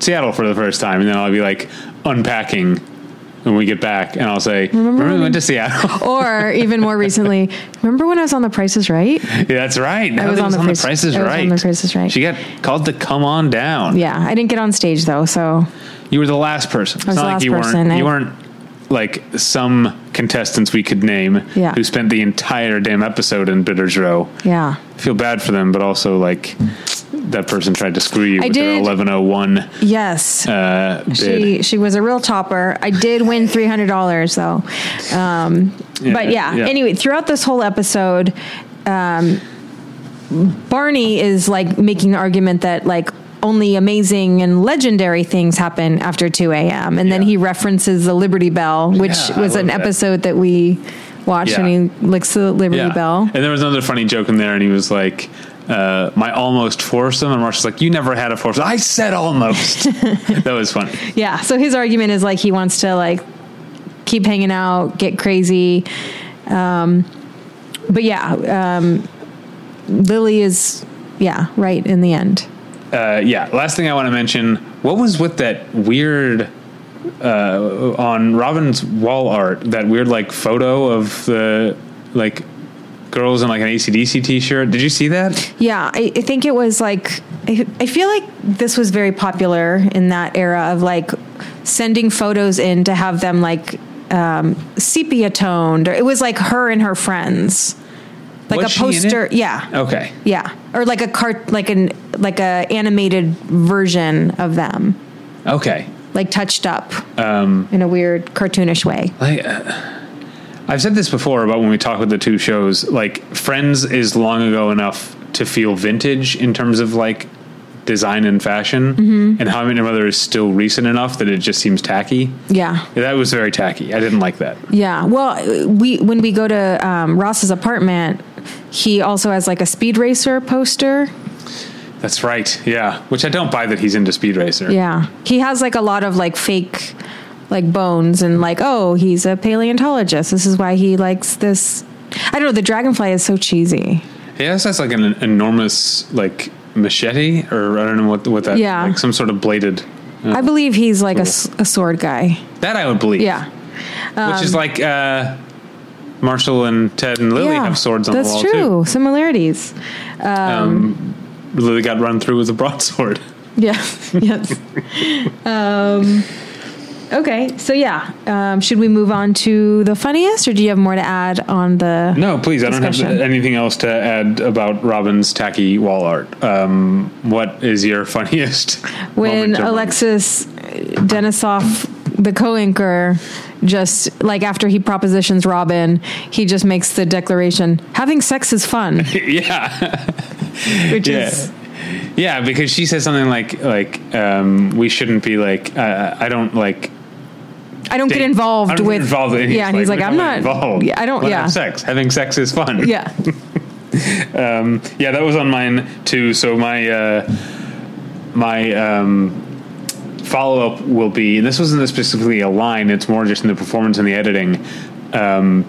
Speaker 1: Seattle for the first time, and then I'll be like unpacking when we get back, and I'll say, "Remember, when we went to Seattle?"
Speaker 2: *laughs* or even more recently, remember when I was on the Price is Right?
Speaker 1: Yeah, that's right. Natalie
Speaker 2: was on the Price-
Speaker 1: Price is
Speaker 2: I was on
Speaker 1: Right.
Speaker 2: The Price is Right.
Speaker 1: She got called to come on down.
Speaker 2: Yeah, I didn't get on stage though, so
Speaker 1: You were the last person. It's
Speaker 2: was
Speaker 1: not
Speaker 2: the
Speaker 1: like
Speaker 2: last
Speaker 1: you
Speaker 2: person,
Speaker 1: weren't.
Speaker 2: I-
Speaker 1: You weren't like some contestants we could name
Speaker 2: Yeah.
Speaker 1: who spent the entire damn episode in Bitters Row.
Speaker 2: yeah.
Speaker 1: I feel bad for them, but also like that person tried to screw you
Speaker 2: I
Speaker 1: with their
Speaker 2: did-
Speaker 1: eleven oh one
Speaker 2: Yes.
Speaker 1: uh bid.
Speaker 2: she she was a real topper. I did win three hundred dollars though, um, but yeah,
Speaker 1: yeah.
Speaker 2: Anyway, throughout this whole episode, um, Barney is like making the argument that like only amazing and legendary things happen after two a.m. and then
Speaker 1: Yeah.
Speaker 2: he references the Liberty Bell, which
Speaker 1: Yeah, I
Speaker 2: was an
Speaker 1: love that.
Speaker 2: episode that we watched,
Speaker 1: Yeah.
Speaker 2: and he licks the Liberty Bell.
Speaker 1: And there was another funny joke in there, and he was like, uh, my almost foursome, and Marshall's like, you never had a foursome. I said
Speaker 2: *laughs*
Speaker 1: almost. that was funny.
Speaker 2: Yeah. So his argument is like he wants to like keep hanging out, get crazy. Um, but yeah, um, Lily is yeah right in the end.
Speaker 1: uh, yeah. Last thing I want to mention: what was with that weird uh, on Robin's wall art? That weird like photo of the like girls in like an ACDC T-shirt. Did you see that?
Speaker 2: Yeah, I, I think it was like I, I feel like this was very popular in that era of like sending photos in to have them like um, sepia toned, or it was like her and her friends, like
Speaker 1: Was
Speaker 2: a
Speaker 1: she in it?
Speaker 2: poster. Yeah,
Speaker 1: Okay.
Speaker 2: Yeah, or like a cart, like an like a animated version of them,
Speaker 1: Okay.
Speaker 2: like touched up in a weird cartoonish way.
Speaker 1: Like, uh, I've said this before about when we talk with the two shows. Like, Friends is long ago enough to feel vintage in terms of like design and fashion, and How I Met Your Mother is still recent enough that it just seems tacky.
Speaker 2: Yeah,
Speaker 1: That was very tacky. I didn't like that.
Speaker 2: yeah. Well, we when we go to um, Ross's apartment, he also has like a speed racer poster.
Speaker 1: That's right. Yeah, which I don't buy that he's into Speed Racer.
Speaker 2: Yeah, he has like a lot of like fake like bones and like oh he's a paleontologist. This is why he likes this. I don't know. The dragonfly is so cheesy.
Speaker 1: He also has like an enormous like machete, or I don't know what what that.
Speaker 2: Yeah.
Speaker 1: like some sort of bladed.
Speaker 2: I believe he's like a s a a sword guy.
Speaker 1: That I would believe.
Speaker 2: Yeah. Um,
Speaker 1: which is like uh, Marshall and Ted and Lily have swords on
Speaker 2: that's
Speaker 1: the wall
Speaker 2: true. Similarities.
Speaker 1: too. Lily got run through with a *laughs* broadsword.
Speaker 2: Yeah. *laughs* yes. Um, okay. So yeah. Um, should we move on to the funniest, or do you have more to add on the?
Speaker 1: No, please. I don't have
Speaker 2: Discussion.
Speaker 1: anything else to add about Robin's tacky wall art. Um, what is your *laughs* funniest?
Speaker 2: when
Speaker 1: moment, Emily?
Speaker 2: Alexis Denisov, the co-anchor, just like after he propositions Robin, he just makes the declaration: "Having sex is fun,"
Speaker 1: *laughs* yeah.
Speaker 2: which
Speaker 1: yeah.
Speaker 2: is
Speaker 1: yeah because she says something like like um we shouldn't be like uh, i don't like
Speaker 2: I don't get
Speaker 1: date-
Speaker 2: involved
Speaker 1: I don't get
Speaker 2: with
Speaker 1: involved in
Speaker 2: yeah, and he's like, I'm not
Speaker 1: involved
Speaker 2: Yeah, I don't.
Speaker 1: Let's
Speaker 2: Yeah,
Speaker 1: have sex having sex is fun
Speaker 2: yeah,
Speaker 1: um yeah that was on mine too so my uh my um follow up will be and this wasn't specifically a line it's more just in the performance and the editing um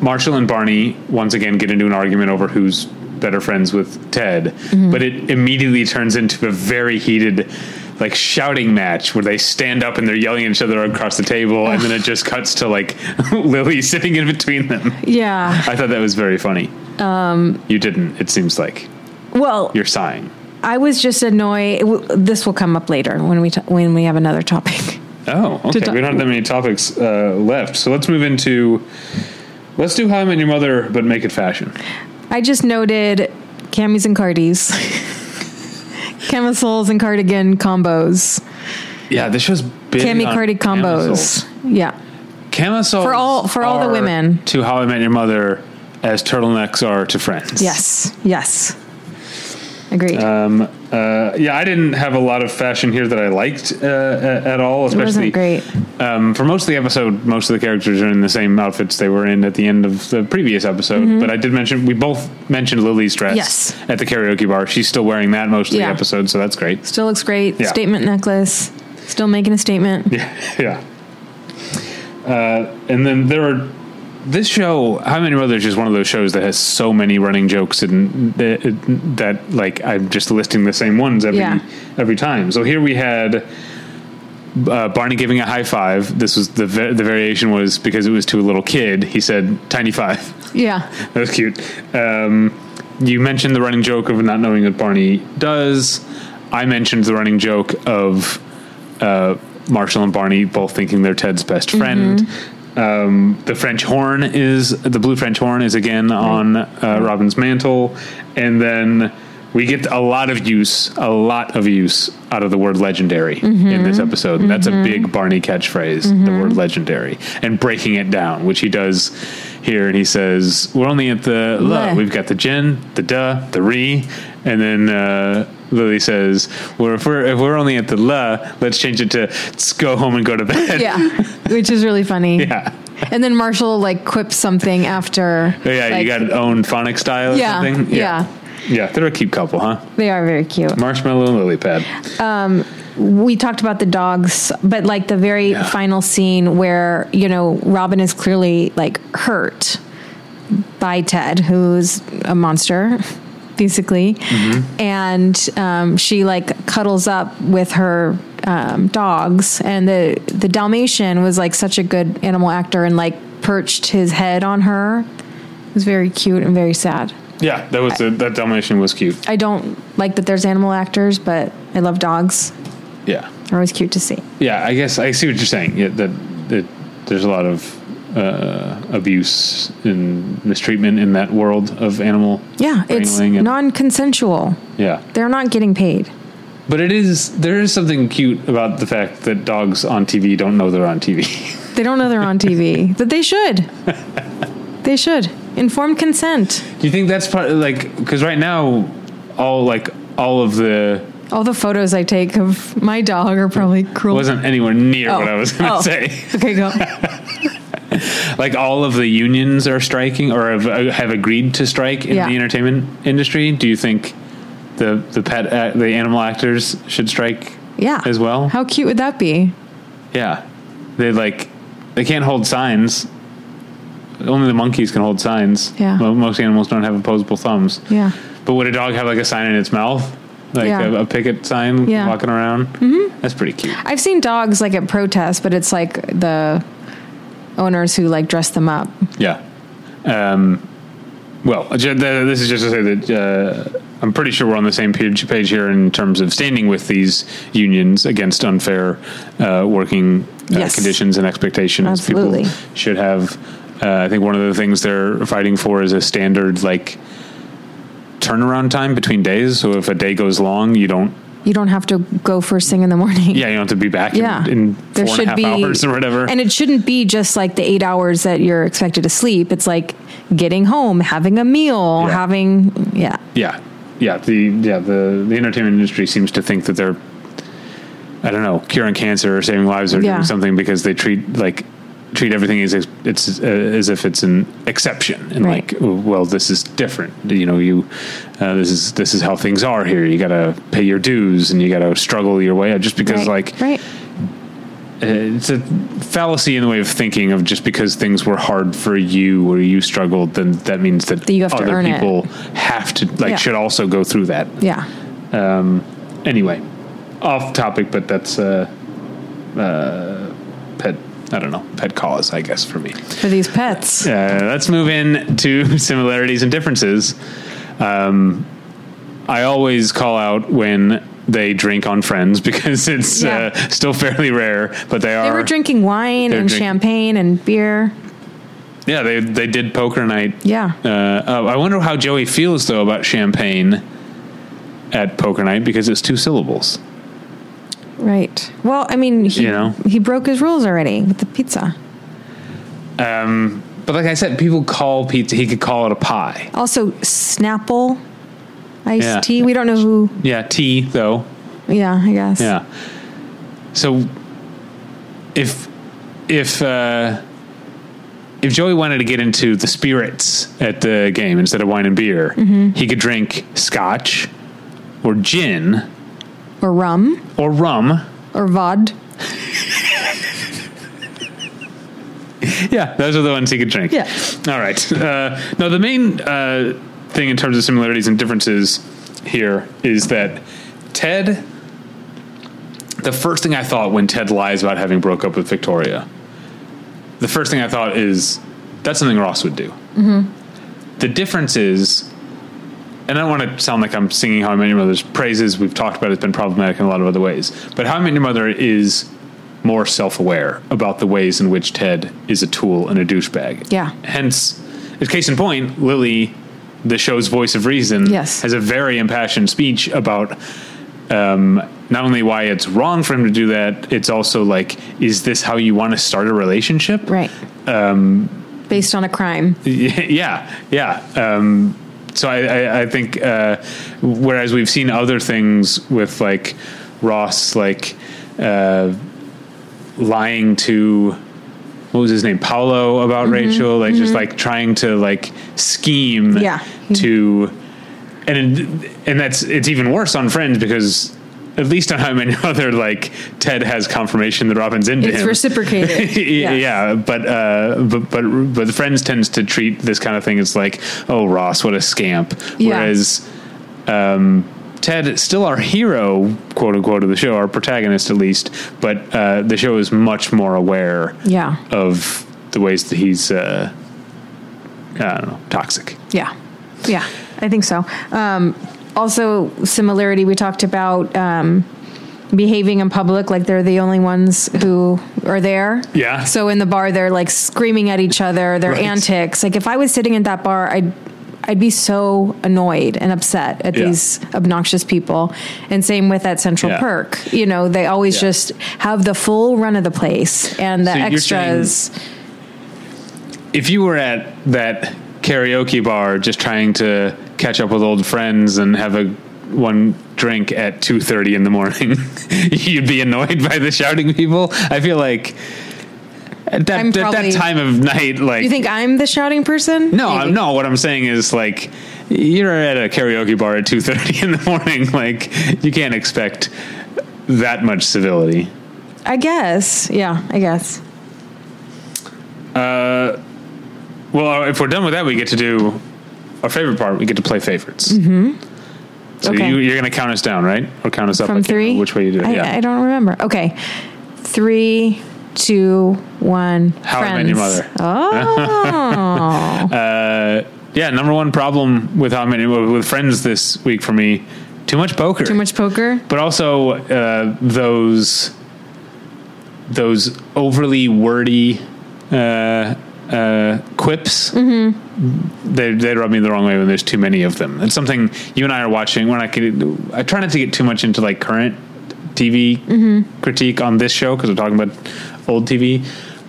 Speaker 1: Marshall and Barney once again get into an argument over who's better friends with Ted, but it immediately turns into a very heated like shouting match where they stand up and they're yelling at each other across the table, and then it just cuts to like *laughs* Lily sitting in between them. *laughs*
Speaker 2: Yeah.
Speaker 1: I thought that was very funny. Um, you didn't. It seems like
Speaker 2: Well,
Speaker 1: you're sighing.
Speaker 2: I was just annoyed. w- This will come up later when we t- when we have another topic. *laughs*
Speaker 1: Oh, okay.
Speaker 2: Did I-
Speaker 1: we don't have that many topics uh, left, so let's move into. Let's do How I Met Your Mother, but make it fashion.
Speaker 2: I just noted camis and cardis, *laughs* camisoles and cardigan combos,
Speaker 1: Yeah, this show's big.
Speaker 2: cami
Speaker 1: on
Speaker 2: cardi
Speaker 1: Camisoles.
Speaker 2: combos. Yeah,
Speaker 1: Camisoles
Speaker 2: For all- for all the
Speaker 1: are
Speaker 2: women.
Speaker 1: to How I Met Your Mother, as turtlenecks are to Friends.
Speaker 2: yes, yes, agreed.
Speaker 1: Um, uh, yeah, I didn't have a lot of fashion here that I liked uh, a- at all.
Speaker 2: it
Speaker 1: Especially
Speaker 2: wasn't great.
Speaker 1: Um, for most of the episode, most of the characters are in the same outfits they were in at the end of the previous episode. But I did mention we both mentioned Lily's dress
Speaker 2: Mm-hmm. Yes.
Speaker 1: at the karaoke bar. She's still wearing that most of
Speaker 2: Yeah.
Speaker 1: the episode, so that's great.
Speaker 2: Still looks great.
Speaker 1: Yeah.
Speaker 2: Statement necklace. Still making a statement.
Speaker 1: Yeah, *laughs* yeah. Uh, and then there are this show. How many Mother is just one of those shows that has so many running jokes and th- that like I'm just listing the same ones every
Speaker 2: Yeah.
Speaker 1: every time. So here we had. Uh, Barney giving a high five. This was the va- the variation was because it was to a little kid. He said tiny five. *laughs*
Speaker 2: Yeah.
Speaker 1: That was cute. Um, you mentioned the running joke of not knowing what Barney does. I mentioned the running joke of uh, Marshall and Barney both thinking they're Ted's best friend. Um, the French horn is the blue French horn is again on uh, Robin's mantle, and then we get a lot of use, a lot of use out of the word legendary in this episode. And That's a big Barney catchphrase, the word legendary, and breaking it down, which he does here. And he says, "We're only at the
Speaker 2: Le.
Speaker 1: le. We've got the gin, the duh, the re, and then." Uh, Lily says, "Well, if we're if we're only at the la, let's change it to let's go home and go to bed."
Speaker 2: Yeah. Which is really funny.
Speaker 1: *laughs* yeah.
Speaker 2: And then Marshall like quips something after.
Speaker 1: Oh, yeah,
Speaker 2: like-
Speaker 1: you got own phonic style or
Speaker 2: Yeah,
Speaker 1: something?
Speaker 2: yeah.
Speaker 1: yeah. Yeah, they're a cute couple, huh?
Speaker 2: They are very cute.
Speaker 1: Marshmallow and lily pad.
Speaker 2: we talked about the dogs, but like the very
Speaker 1: Yeah.
Speaker 2: final scene where, you know, Robin is clearly like hurt by Ted, who's a monster, *laughs* basically. And um, she like cuddles up with her um, dogs. And the, the Dalmatian was like such a good animal actor and like perched his head on her. It was very cute and very sad.
Speaker 1: Yeah, that was a, that Dalmatian was cute.
Speaker 2: I don't like that there's animal actors, but I love dogs.
Speaker 1: Yeah.
Speaker 2: They're always cute to see.
Speaker 1: Yeah, I guess I see what you're saying. Yeah, that, that there's a lot of uh, abuse and mistreatment in that world of animal.
Speaker 2: Yeah, it's
Speaker 1: wrangling and-
Speaker 2: non-consensual.
Speaker 1: Yeah.
Speaker 2: They're not getting paid.
Speaker 1: But it is, there is something cute about the fact that dogs on TV don't know they're on TV.
Speaker 2: They don't know they're on TV, but they should. They should. Informed consent.
Speaker 1: *laughs* Do you think that's part, like, because right now, all, like, all of the
Speaker 2: All the photos I take of my dog are probably cruel.
Speaker 1: wasn't anywhere near
Speaker 2: Oh.
Speaker 1: what I was going to
Speaker 2: Oh.
Speaker 1: say. *laughs*
Speaker 2: Okay, go.
Speaker 1: Like all of the unions are striking or have, uh, have agreed to strike in
Speaker 2: Yeah.
Speaker 1: the entertainment industry. Do you think the the pet act, the animal actors should strike?
Speaker 2: Yeah.
Speaker 1: as well.
Speaker 2: How cute would that be?
Speaker 1: yeah, they like they can't hold signs. Only the monkeys can hold signs.
Speaker 2: Yeah.
Speaker 1: Mo- most animals don't have opposable thumbs.
Speaker 2: Yeah.
Speaker 1: But would a dog have like a sign in its mouth, like
Speaker 2: Yeah.
Speaker 1: a, a picket sign,
Speaker 2: Yeah.
Speaker 1: walking around? Mm-hmm. That's pretty cute.
Speaker 2: I've seen dogs like at protests, but it's like the owners who like dress them up.
Speaker 1: Yeah. Um, well, uh, ju- th- this is just to say that uh, I'm pretty sure we're on the same page, page here in terms of standing with these unions against unfair uh, working uh,
Speaker 2: Yes.
Speaker 1: conditions and expectations.
Speaker 2: Absolutely.
Speaker 1: People should have. Uh, I think one of the things they're fighting for is a standard like turnaround time between days. So if a day goes long, you don't.
Speaker 2: You don't have to go first thing in the morning.
Speaker 1: Yeah, you don't have to be back
Speaker 2: Yeah.
Speaker 1: in, in four and a half hours or whatever.
Speaker 2: And it shouldn't be just like the eight hours that you're expected to sleep. It's like getting home, having a meal,
Speaker 1: Yeah.
Speaker 2: having, yeah.
Speaker 1: yeah yeah the yeah the the entertainment industry seems to think that they're i don't know curing cancer or saving lives or
Speaker 2: Yeah.
Speaker 1: doing something because they treat like treat everything as if it's uh, as if it's an exception and
Speaker 2: Right.
Speaker 1: like oh, well this is different you know you uh, this is this is how things are here you gotta pay your dues and you gotta struggle your way out just because
Speaker 2: Right.
Speaker 1: like
Speaker 2: right.
Speaker 1: Uh, it's a fallacy in the way of thinking of just because things were hard for you or you struggled, then that means that,
Speaker 2: That you have to
Speaker 1: other
Speaker 2: earn it.
Speaker 1: people have to like
Speaker 2: Yeah.
Speaker 1: should also go through that.
Speaker 2: Yeah.
Speaker 1: Um, anyway, off topic, but that's uh, uh, pet. I don't know pet cause, I guess for me.
Speaker 2: for these pets.
Speaker 1: Uh, let's move in to *laughs* similarities and differences. Um, I always call out when they drink on Friends *laughs* because it's
Speaker 2: Yeah.
Speaker 1: uh, still fairly rare, but they are.
Speaker 2: They were drinking wine
Speaker 1: They're
Speaker 2: and
Speaker 1: drinking-
Speaker 2: champagne and beer.
Speaker 1: yeah, they they did poker night.
Speaker 2: Yeah.
Speaker 1: Uh, oh, I wonder how Joey feels though about champagne at poker night because it's two syllables.
Speaker 2: Right. Well, I mean, he,
Speaker 1: You know?
Speaker 2: he broke his rules already with the pizza.
Speaker 1: But like I said, people call pizza. He could call it a pie.
Speaker 2: Also, Snapple, iced
Speaker 1: Yeah.
Speaker 2: tea. We don't know who.
Speaker 1: Yeah, tea though.
Speaker 2: Yeah, I guess.
Speaker 1: Yeah. So if if uh, if Joey wanted to get into the spirits at the game instead of wine and beer, he could drink scotch or gin
Speaker 2: Or rum
Speaker 1: or rum.
Speaker 2: or vod.
Speaker 1: Yeah, those are the ones he could drink.
Speaker 2: Yeah.
Speaker 1: All right. Uh, now the main uh, thing in terms of similarities and differences here is that Ted. The first thing I thought when Ted lies about having broke up with Victoria, the first thing I thought is that's something Ross would do. The difference is, and I don't want to sound like I'm singing How I Met Your Mother's praises. We've talked about it, it's been problematic in a lot of other ways. But How I Met Your Mother is more self aware about the ways in which Ted is a tool and a douchebag.
Speaker 2: Yeah.
Speaker 1: Hence, as case in point, Lily, the show's voice of reason,
Speaker 2: Yes.
Speaker 1: has a very impassioned speech about um, not only why it's wrong for him to do that, it's also like, is this how you want to start a relationship?
Speaker 2: Right. Um, Based on a crime.
Speaker 1: *laughs* yeah, yeah. Um, so I, I, I think uh, whereas we've seen other things with like Ross, like uh, lying to what was his name, Paolo,
Speaker 2: Mm-hmm.
Speaker 1: about Rachel, like just like trying to like scheme
Speaker 2: Yeah. Mm-hmm.
Speaker 1: to, and and that's it's even worse on Friends because. At least on How I Met *laughs* Your Mother, like Ted has confirmation that Robin's into
Speaker 2: It's
Speaker 1: him.
Speaker 2: *laughs*
Speaker 1: *laughs*
Speaker 2: reciprocated.
Speaker 1: yeah,
Speaker 2: Yes.
Speaker 1: yeah, but uh, but but but the Friends tends to treat this kind of thing as like, oh Ross, what a scamp.
Speaker 2: Yeah.
Speaker 1: Whereas um, Ted, still our hero, quote unquote, of the show, our protagonist at least, but uh, the show is much more aware
Speaker 2: Yeah.
Speaker 1: of the ways that he's uh, I don't know toxic.
Speaker 2: Yeah. Yeah. I think so. Um, also, similarity, we talked about um, behaving in public like they're the only ones who are there.
Speaker 1: Yeah.
Speaker 2: So in the bar, they're like screaming at each other, their
Speaker 1: Right.
Speaker 2: antics. Like if I was sitting at that bar, I'd. I'd be so annoyed and upset at
Speaker 1: Yeah.
Speaker 2: these obnoxious people. And same with that Central
Speaker 1: Yeah.
Speaker 2: Perk. You know, they always
Speaker 1: Yeah.
Speaker 2: just have the full run of the place and the
Speaker 1: So you're saying-
Speaker 2: extras.
Speaker 1: if you were at that karaoke bar just trying to catch up with old friends and have a one drink at 2.30 in the morning *laughs* you'd be annoyed by the shouting people i feel like at that,
Speaker 2: I'm
Speaker 1: at that
Speaker 2: probably-
Speaker 1: time of night like
Speaker 2: you think I'm the shouting person?
Speaker 1: no
Speaker 2: Maybe.
Speaker 1: I'm, no what i'm saying is like you're at a karaoke bar at 2.30 *laughs* in the morning like you can't expect that much civility
Speaker 2: I guess. Yeah, I guess.
Speaker 1: well if we're done with that we get to do our favorite part we get to play favorites So
Speaker 2: Mm-hmm. Okay.
Speaker 1: you, you're going to count us down, right? Or count us up? I
Speaker 2: From
Speaker 1: can't
Speaker 2: three?
Speaker 1: remember Which way you do it?
Speaker 2: I,
Speaker 1: yeah.
Speaker 2: I don't remember. Okay. Three, two, one.
Speaker 1: How I Met Your Mother. *laughs*
Speaker 2: Oh.
Speaker 1: yeah. Number one problem with how many with friends this week for me, too much poker.
Speaker 2: Too much poker?
Speaker 1: But also uh, those those overly wordy uh, uh, quips. They they rub me the wrong way when there's too many of them. It's something you and I are watching. When I can, I try not to get too much into like current TV critique on this show because we're talking about old TV.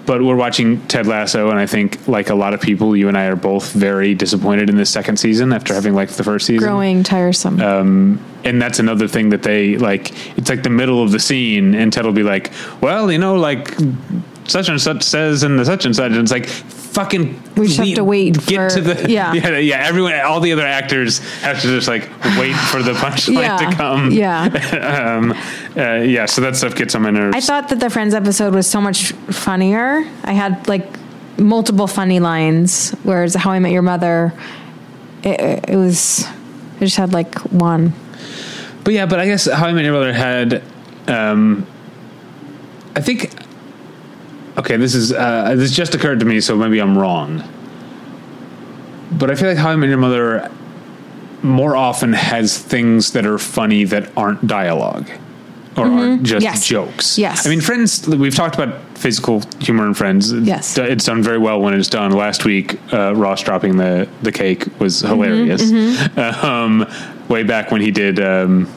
Speaker 1: But we're watching Ted Lasso, and I think, like a lot of people, you and I are both very disappointed in this second season after having liked the first season
Speaker 2: Growing tiresome.
Speaker 1: Uh, and that's another thing that they like it's like the middle of the scene and ted will be like well you know like such and such says and the such and such and it's like fucking
Speaker 2: We just have to wait
Speaker 1: get
Speaker 2: for-
Speaker 1: to the
Speaker 2: *laughs*
Speaker 1: *laughs*
Speaker 2: yeah.
Speaker 1: yeah yeah, everyone all the other actors have to just like wait for
Speaker 2: *laughs*
Speaker 1: the punchline
Speaker 2: yeah.
Speaker 1: to come
Speaker 2: Yeah.
Speaker 1: um uh, yeah so that stuff gets on my nerves *laughs*
Speaker 2: I thought that the Friends episode was so much funnier. I had like multiple funny lines, whereas How I Met Your Mother, it, it was, I just had like one.
Speaker 1: But yeah, but I guess How I Met Your Mother had um, I think. Okay, this is uh, this just occurred to me, so maybe I'm wrong. But I feel like How I Met Your Mother more often has things that are funny that aren't dialogue or aren't just
Speaker 2: Mm-hmm. Yes.
Speaker 1: jokes.
Speaker 2: Yes.
Speaker 1: I mean, Friends. We've talked about physical humor in Friends.
Speaker 2: Yes.
Speaker 1: D- it's done very well when it's done. Last week, uh, Ross dropping the the cake was hilarious. *laughs*
Speaker 2: Mm-hmm.
Speaker 1: Um, way back when he did. Um,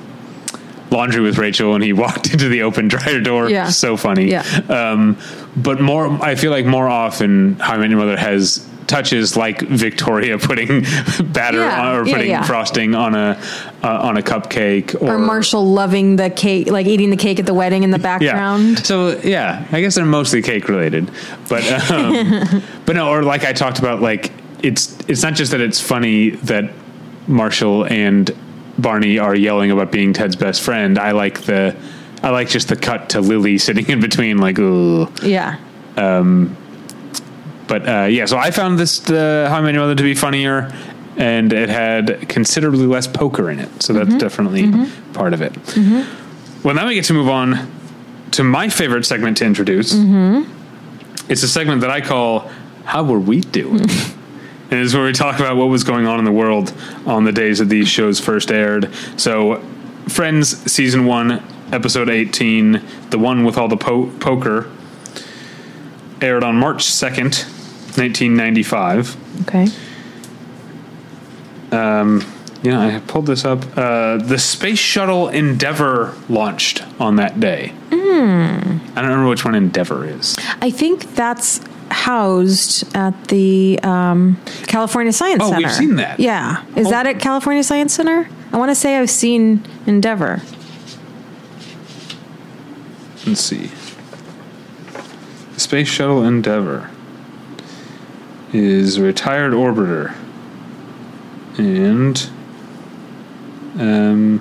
Speaker 1: Laundry with Rachel, and he *laughs* walked into the open dryer door.
Speaker 2: Yeah.
Speaker 1: So funny.
Speaker 2: Yeah.
Speaker 1: Um, but more, I feel like more often, How I Met Your Mother has touches like Victoria putting *laughs* batter
Speaker 2: Yeah,
Speaker 1: on, or
Speaker 2: yeah,
Speaker 1: putting
Speaker 2: yeah.
Speaker 1: frosting on a uh, on a cupcake, or,
Speaker 2: Or Marshall loving the cake, like eating the cake at the wedding in the
Speaker 1: Yeah.
Speaker 2: background.
Speaker 1: So yeah, I guess they're mostly cake related, but um, but no, or like I talked about, like it's it's not just that it's funny that Marshall and Barney are yelling about being Ted's best friend. I like the. I like just the cut to Lily sitting in between, like, ooh.
Speaker 2: Yeah.
Speaker 1: But uh, yeah, so I found this uh, How I Met Your Mother to be funnier, and it had considerably less poker in it, so that's definitely part of it. Well, now we get to move on to my favorite segment to introduce. It's a segment that I call "How Were We Doing." *laughs* And it's where we talk about what was going on in the world on the days that these shows first aired. So, Friends, season one, episode 18, the one with all the po- poker, aired on March 2nd, 1995.
Speaker 2: Okay.
Speaker 1: Yeah, I pulled this up. Uh, the Space Shuttle Endeavor launched on that day. I don't remember which one Endeavor is.
Speaker 2: I think that's housed at the um, California Science
Speaker 1: Oh,
Speaker 2: Center.
Speaker 1: we've seen that.
Speaker 2: Yeah. Is
Speaker 1: Oh.
Speaker 2: that at California Science Center? I want to say I've seen Endeavor.
Speaker 1: Let's see. Space Shuttle Endeavor is a retired orbiter. And um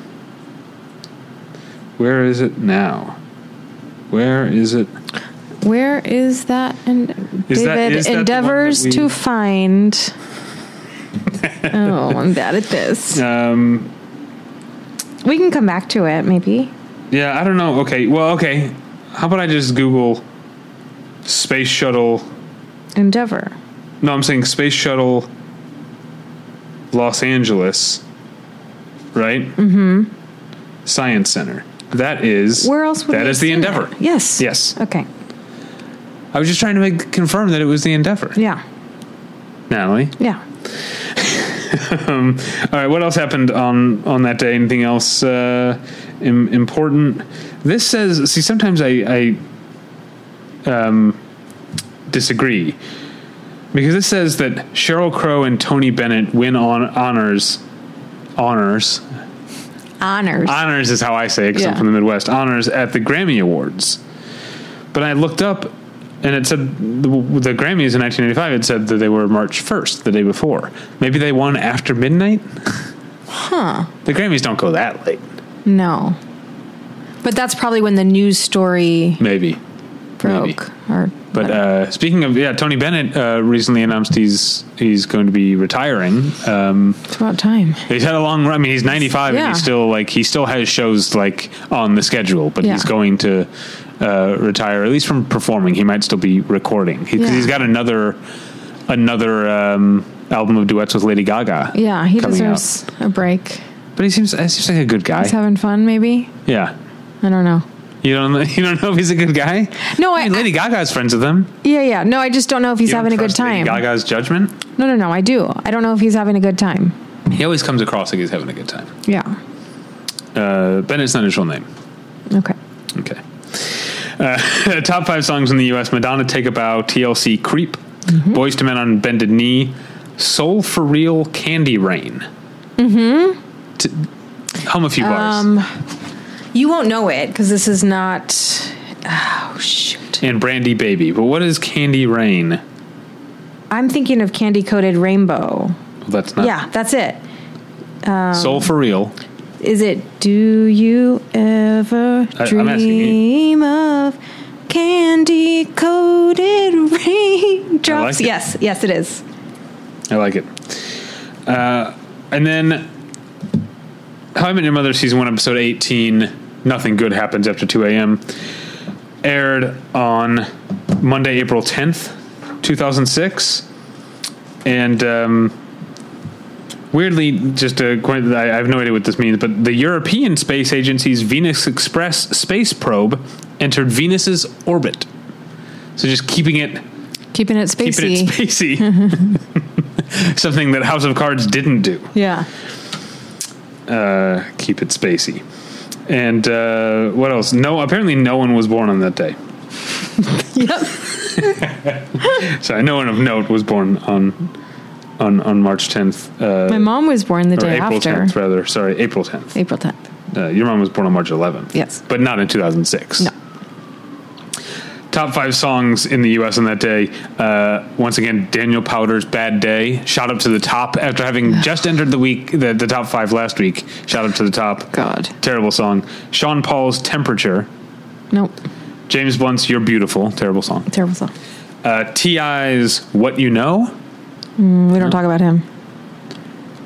Speaker 1: where is it now? Where is it?
Speaker 2: Where is that? And
Speaker 1: Is that-
Speaker 2: David
Speaker 1: is that the one that
Speaker 2: endeavors
Speaker 1: we-
Speaker 2: to find. *laughs* oh, I'm bad at this.
Speaker 1: Um
Speaker 2: We can come back to it, maybe.
Speaker 1: yeah, I don't know. Okay. Well, okay. How about I just Google Space Shuttle
Speaker 2: Endeavor.
Speaker 1: No, I'm saying Space Shuttle Los Angeles, right? Mm-hmm. Science Center. That is
Speaker 2: Where else would
Speaker 1: that
Speaker 2: we
Speaker 1: is
Speaker 2: have
Speaker 1: the
Speaker 2: seen
Speaker 1: Endeavor.
Speaker 2: it? Yes.
Speaker 1: Yes,
Speaker 2: Okay.
Speaker 1: I was just trying to make, confirm that it was the Endeavor.
Speaker 2: Yeah.
Speaker 1: Natalie.
Speaker 2: Yeah.
Speaker 1: All right, what else happened on on that day? Anything else uh, im- important? This says. See, sometimes I, I um, disagree because this says that Cheryl Crow and Tony Bennett win on honors. Honors.
Speaker 2: Honors.
Speaker 1: Honors is how I say it 'cause I'm
Speaker 2: Yeah.
Speaker 1: from the Midwest. Honors at the Grammy Awards. But I looked up and it said the, the Grammys in 1985, it said that they were March 1st, the day before. Maybe they won after midnight?
Speaker 2: huh.
Speaker 1: The Grammys don't go that late.
Speaker 2: No. But that's probably when the news story
Speaker 1: Maybe.
Speaker 2: broke. Or
Speaker 1: But uh, speaking of, yeah, Tony Bennett uh, recently announced he's he's going to be retiring. Um,
Speaker 2: it's about time.
Speaker 1: he's had a long run. I mean, he's 95 and
Speaker 2: Yeah.
Speaker 1: he's still like he still has shows like on the schedule, but
Speaker 2: Yeah.
Speaker 1: he's going to uh, retire at least from performing. He might still be recording because
Speaker 2: Yeah.
Speaker 1: he's got another another um, album of duets with Lady Gaga.
Speaker 2: Yeah, he
Speaker 1: coming out.
Speaker 2: deserves a break.
Speaker 1: But he seems he seems like a good
Speaker 2: He's
Speaker 1: guy.
Speaker 2: having fun, maybe.
Speaker 1: Yeah.
Speaker 2: I don't know.
Speaker 1: You don't you don't know *laughs* if he's a good guy?
Speaker 2: No,
Speaker 1: I mean,
Speaker 2: I,
Speaker 1: Lady Gaga's friends with him.
Speaker 2: yeah, yeah. No, I just don't know if he's
Speaker 1: You don't
Speaker 2: having a good
Speaker 1: trust Lady
Speaker 2: time.
Speaker 1: Gaga's judgment.
Speaker 2: No, no, no. I do. I don't know if he's having a good time.
Speaker 1: He always comes across like he's having a good time.
Speaker 2: Yeah.
Speaker 1: Uh, Bennett's not his real name.
Speaker 2: Okay.
Speaker 1: Okay. Uh, *laughs* top five songs in the U.S. Madonna, Take a Bow, TLC, Creep,
Speaker 2: Mm-hmm.
Speaker 1: Boys to Men on Bended Knee, Soul for Real, Candy Rain. Mm-hmm. To hum a few bars.
Speaker 2: Um, you won't know it because this is not. Oh shoot!
Speaker 1: and Brandy Baby. But what is Candy Rain? Well,
Speaker 2: I'm thinking of candy coated rainbow.
Speaker 1: that's not.
Speaker 2: Yeah, that's it.
Speaker 1: Soul for Real.
Speaker 2: Is it? Do you ever
Speaker 1: I- I'm asking you.
Speaker 2: dream of candy coated *laughs* raindrops?
Speaker 1: it.
Speaker 2: yes, yes, it is.
Speaker 1: I like it. Uh, and then How I Met Your Mother season one episode eighteen Nothing Good Happens After 2 a.m. aired on Monday, April 10th, 2006. And um, weirdly, just a, I I have no idea what this means, but the European Space Agency's Venus Express space probe entered Venus's orbit. So just keeping it
Speaker 2: Keeping it spacey.
Speaker 1: keeping it spacey. *laughs* Something that House of Cards didn't do.
Speaker 2: yeah.
Speaker 1: Uh, keep it spacey. And uh, what else? No, apparently no one was born on that day. *laughs*
Speaker 2: Yep.
Speaker 1: Uh, So no one of note was born on on on March 10th, uh,
Speaker 2: My mom was born the
Speaker 1: or
Speaker 2: day
Speaker 1: April
Speaker 2: after.
Speaker 1: 10th rather. Sorry, April 10th.
Speaker 2: April 10th.
Speaker 1: Uh, your mom was born on March 11th.
Speaker 2: Yes.
Speaker 1: but not in 2006.
Speaker 2: No.
Speaker 1: Top five songs in the U.S. on that day. Uh, once again, Daniel Powder's "Bad Day" shot up to the top after having just entered the week the, the top five last week. Shot up to the top.
Speaker 2: God.
Speaker 1: terrible song. Sean Paul's "Temperature."
Speaker 2: Nope.
Speaker 1: James Blunt's "You're Beautiful." Terrible song.
Speaker 2: Terrible song.
Speaker 1: Uh, T.I.'s "What You Know."
Speaker 2: Mm, We don't talk about him.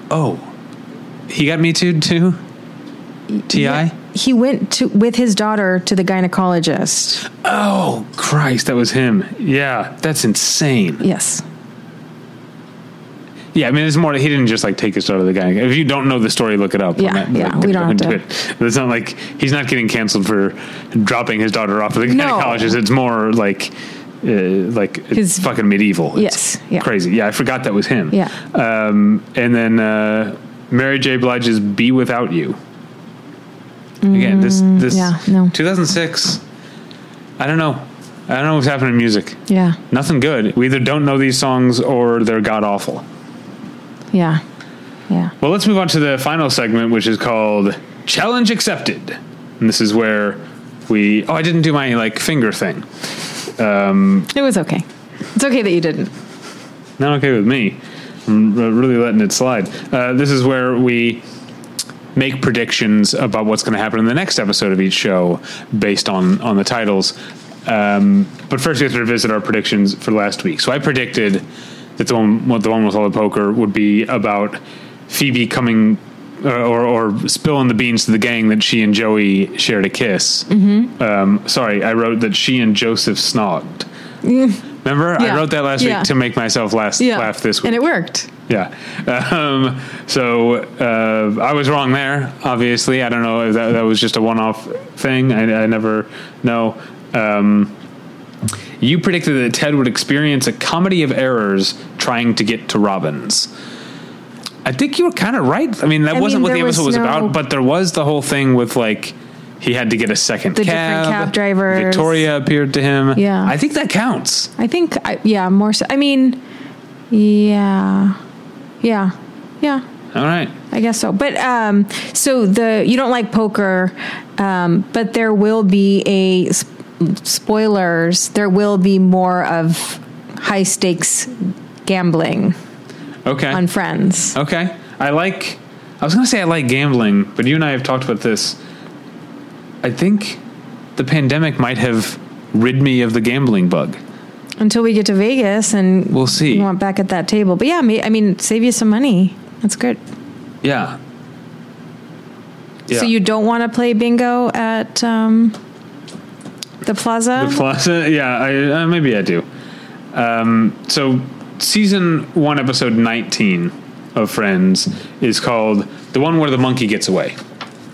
Speaker 1: Oh, he got me too too. T.I.
Speaker 2: He went to with his daughter to the gynecologist.
Speaker 1: Oh Christ, that was him. Yeah, that's insane.
Speaker 2: Yes.
Speaker 1: Yeah, I mean, it's more. He didn't just like take us out of the guy. If you don't know the story, look it up.
Speaker 2: Yeah,
Speaker 1: We're not-
Speaker 2: yeah, we don't have
Speaker 1: do
Speaker 2: to.
Speaker 1: It. It's not like he's not getting canceled for dropping his daughter off at the
Speaker 2: No.
Speaker 1: gynecologist. It's more like, uh, like it's
Speaker 2: His-
Speaker 1: fucking medieval. It's
Speaker 2: Yes, yeah.
Speaker 1: crazy. Yeah, I forgot that was him.
Speaker 2: Yeah.
Speaker 1: Um, and then uh, Mary J. Blige's "Be Without You." Again, this this
Speaker 2: Mm, yeah, no.
Speaker 1: 2006. I don't know. I don't know what's happening in music.
Speaker 2: Yeah.
Speaker 1: Nothing good. We either don't know these songs or they're god awful.
Speaker 2: Yeah. Yeah.
Speaker 1: Well, let's move on to the final segment, which is called Challenge Accepted. And this is where we. Oh, I didn't do my like finger thing.
Speaker 2: It was okay. It's okay that you didn't.
Speaker 1: Not okay with me. I'm r- really letting it slide. Uh, this is where we make predictions about what's going to happen in the next episode of each show based on on the titles. Um, but first, we have to revisit our predictions for last week. So I predicted that the one what the one with all the poker would be about Phoebe coming. uh, Or, or spilling the beans to the gang that she and Joey shared a kiss.
Speaker 2: Mm-hmm.
Speaker 1: Um, sorry, I wrote that she and Joseph snogged. Remember, I
Speaker 2: Mm. Yeah.
Speaker 1: wrote that last
Speaker 2: Yeah.
Speaker 1: week to make myself last laugh this week.
Speaker 2: And it worked.
Speaker 1: Yeah. *laughs* Um, so uh, I was wrong there, obviously. I don't know if that, that was just a one off thing. I, I never know. Um, you predicted that Ted would experience a comedy of errors trying to get to Robbins. I think you were kind of right. I mean, that
Speaker 2: I
Speaker 1: wasn't
Speaker 2: mean,
Speaker 1: what the
Speaker 2: there was
Speaker 1: episode was,
Speaker 2: no-
Speaker 1: about, but there was the whole thing with like he had to get a second cab.
Speaker 2: The different cab drivers.
Speaker 1: Victoria appeared to him.
Speaker 2: Yeah.
Speaker 1: I think that counts.
Speaker 2: I think, I, yeah, more so. I mean, yeah. Yeah. Yeah.
Speaker 1: All right.
Speaker 2: I guess so. But um, so the you don't like poker, um, but there will be a s- spoilers. There will be more of high stakes gambling
Speaker 1: Okay.
Speaker 2: on Friends.
Speaker 1: Okay. I like. I was going to say I like gambling, but you and I have talked about this. I think the pandemic might have rid me of the gambling bug.
Speaker 2: Until we get to Vegas and
Speaker 1: We'll see.
Speaker 2: You want back at that table, but yeah, may, I mean, save you some money. That's good.
Speaker 1: Yeah.
Speaker 2: So
Speaker 1: *laughs*
Speaker 2: you don't want to play bingo at um, the Plaza?
Speaker 1: the plaza? Yeah, I, uh, maybe I do. Um, so season one, episode nineteen of Friends is called the one where the monkey gets away.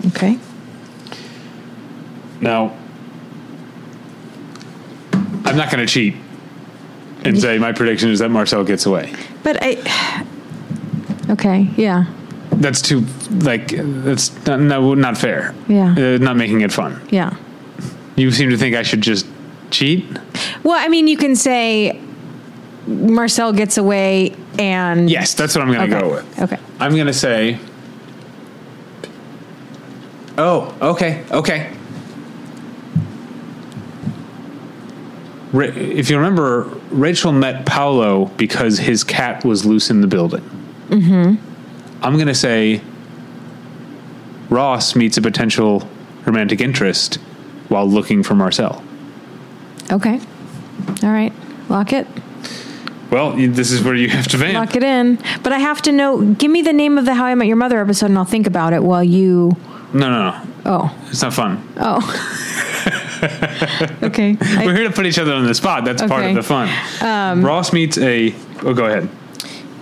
Speaker 2: okay.
Speaker 1: Now, I'm not going to cheat and say my prediction is that Marcel gets away.
Speaker 2: But I. Okay. Yeah.
Speaker 1: that's too like that's not, no not fair.
Speaker 2: Yeah.
Speaker 1: uh, not making it fun.
Speaker 2: Yeah.
Speaker 1: You seem to think I should just cheat.
Speaker 2: Well, I mean, you can say Marcel gets away and
Speaker 1: Yes, that's what I'm going to
Speaker 2: Okay.
Speaker 1: go with.
Speaker 2: Okay.
Speaker 1: I'm going to say. Oh, okay, okay. Ra- if you remember, Rachel met Paolo because his cat was loose in the building. Mm-hmm. I'm going to say Ross meets a potential romantic interest while looking for Marcel.
Speaker 2: Okay. All right. Lock it.
Speaker 1: Well, y- this is where you have to vamp.
Speaker 2: Lock it in. But I have to know. Give me the name of the How I Met Your Mother episode, and I'll think about it while you.
Speaker 1: No, no, no.
Speaker 2: Oh,
Speaker 1: It's not fun.
Speaker 2: oh.
Speaker 1: *laughs*
Speaker 2: okay.
Speaker 1: We're
Speaker 2: I,
Speaker 1: here to put each other on the spot. That's part of
Speaker 2: Okay. Um,
Speaker 1: the fun. Ross meets a. Oh, go ahead.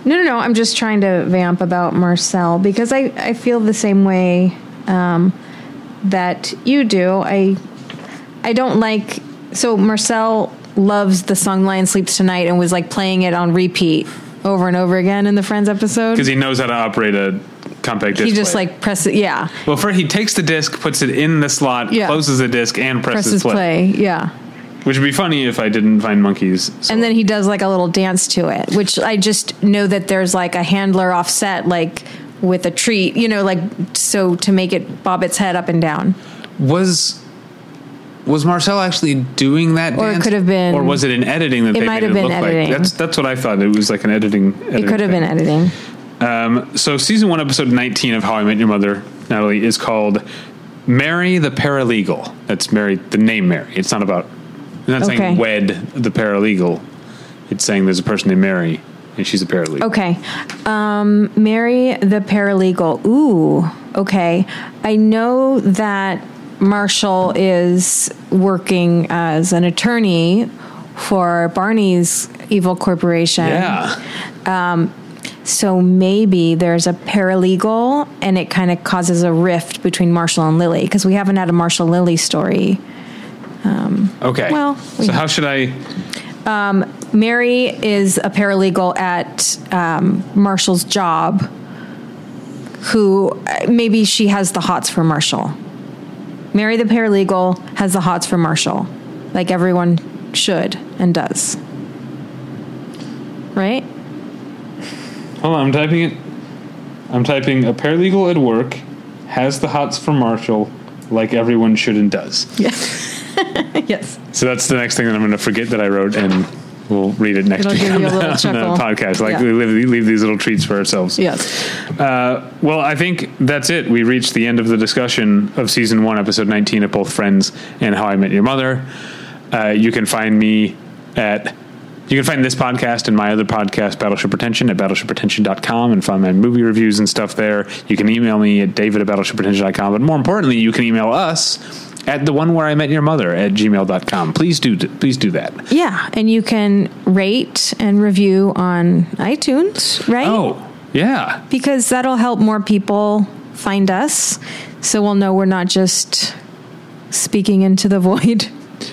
Speaker 2: no, no, no. I'm just trying to vamp about Marcel because I, I feel the same way um, that you do. I I don't like so Marcel loves the song Lion Sleeps Tonight and was like playing it on repeat over and over again in the Friends episode.
Speaker 1: Because he knows how to operate a compact disc.
Speaker 2: He just
Speaker 1: player.
Speaker 2: like presses yeah.
Speaker 1: Well, first he takes the disc, puts it in the slot,
Speaker 2: Yeah.
Speaker 1: closes the disc, and presses,
Speaker 2: Presses
Speaker 1: play.
Speaker 2: play. Yeah.
Speaker 1: Which would be funny if I didn't find monkeys. So
Speaker 2: and then he does like a little dance to it, which I just know that there's like a handler offset, like with a treat, you know, like so to make it bob its head up and down.
Speaker 4: was was Marcel actually doing that?
Speaker 2: Or it
Speaker 4: dance?
Speaker 2: could have been-
Speaker 4: or was it in editing that
Speaker 2: It
Speaker 4: they
Speaker 2: might
Speaker 4: made
Speaker 2: have
Speaker 4: it
Speaker 2: been
Speaker 4: look like?
Speaker 2: editing.
Speaker 4: That's that's what I thought. It was like an editing. editing
Speaker 2: It could have
Speaker 4: thing.
Speaker 2: been editing.
Speaker 1: Um, so season one, episode 19 of How I Met Your Mother, Natalie, is called Mary the Paralegal. That's Mary, the name Mary. It's not about, it's not
Speaker 2: Okay.
Speaker 1: saying wed the paralegal. It's saying there's a person named Mary and she's a paralegal.
Speaker 2: Okay. Um, Mary the paralegal. Ooh, okay. I know that Marshall is working as an attorney for Barney's evil corporation.
Speaker 1: Yeah.
Speaker 2: So maybe there's a paralegal and it kind of causes a rift between Marshall and Lily because we haven't had a Marshall Lily story.
Speaker 1: Okay.
Speaker 2: Well, we-
Speaker 1: so how should I?
Speaker 2: Mary is a paralegal at um, Marshall's job who uh, maybe she has the hots for Marshall. Mary the paralegal has the hots for Marshall, like everyone should and does. Right?
Speaker 1: Hold on, I'm typing it. I'm typing a paralegal at work has the hots for Marshall like everyone should and does.
Speaker 2: Yes. yes.
Speaker 1: So that's the next thing that I'm going to forget that I wrote, and we'll read it next
Speaker 2: It'll
Speaker 1: week
Speaker 2: give
Speaker 1: on,
Speaker 2: you a
Speaker 1: the,
Speaker 2: little
Speaker 1: on the
Speaker 2: chuckle.
Speaker 1: podcast. Like
Speaker 2: Yeah.
Speaker 1: we leave, leave these little treats for ourselves.
Speaker 2: Yes.
Speaker 1: Uh, well, I think that's it. We reached the end of the discussion of season one, episode 19 of both Friends and How I Met Your Mother. Uh, you can find me at. You can find this podcast and my other podcast, Battleship Retention, at battleshipretention.com and find my movie reviews and stuff there. You can email me at david at battleshipretention.com, but more importantly, you can email us at the one where I met your mother at gmail.com. Please do, please do that.
Speaker 2: Yeah, and you can rate and review on iTunes, right?
Speaker 1: Oh, yeah.
Speaker 2: Because that'll help more people find us. So we'll know we're not just speaking into the *laughs* void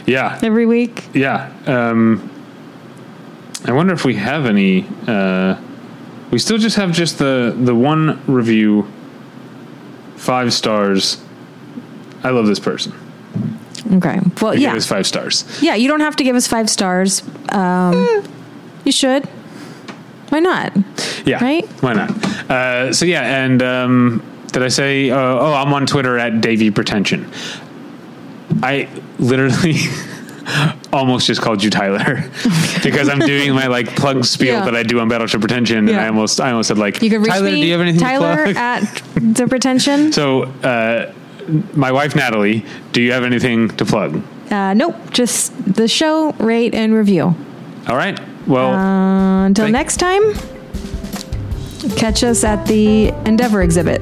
Speaker 1: Yeah.
Speaker 2: every week.
Speaker 1: Yeah. Um, I wonder if we have any. Uh, we still just have just the the one review. Five stars. I love this person.
Speaker 2: Okay. Well,
Speaker 1: They
Speaker 2: yeah.
Speaker 1: gave us five stars.
Speaker 2: yeah, you don't have to give us five stars. Um, You should. Why not?
Speaker 1: Yeah.
Speaker 2: Right?
Speaker 1: Why not? Uh, so yeah, and um, did I say? Uh, oh, I'm on Twitter at Davey Pretension. I literally *laughs* almost just called you
Speaker 2: *laughs*
Speaker 1: Tyler because I'm doing my like plug spiel
Speaker 2: Yeah.
Speaker 1: that I do on Battleship Pretension, and
Speaker 2: Yeah.
Speaker 1: I almost I almost said like
Speaker 2: You can reach
Speaker 1: Tyler,
Speaker 2: me,
Speaker 1: do you have anything
Speaker 2: Tyler,
Speaker 1: to plug?
Speaker 2: *laughs* at the
Speaker 1: *laughs*
Speaker 2: pretension.
Speaker 1: so. Uh, my wife Natalie, do you have anything to plug?
Speaker 2: Uh, nope, just the show, rate, and review.
Speaker 1: All right. Well,
Speaker 2: Uh, until
Speaker 1: Thank-
Speaker 2: next time, catch us at the Endeavor exhibit.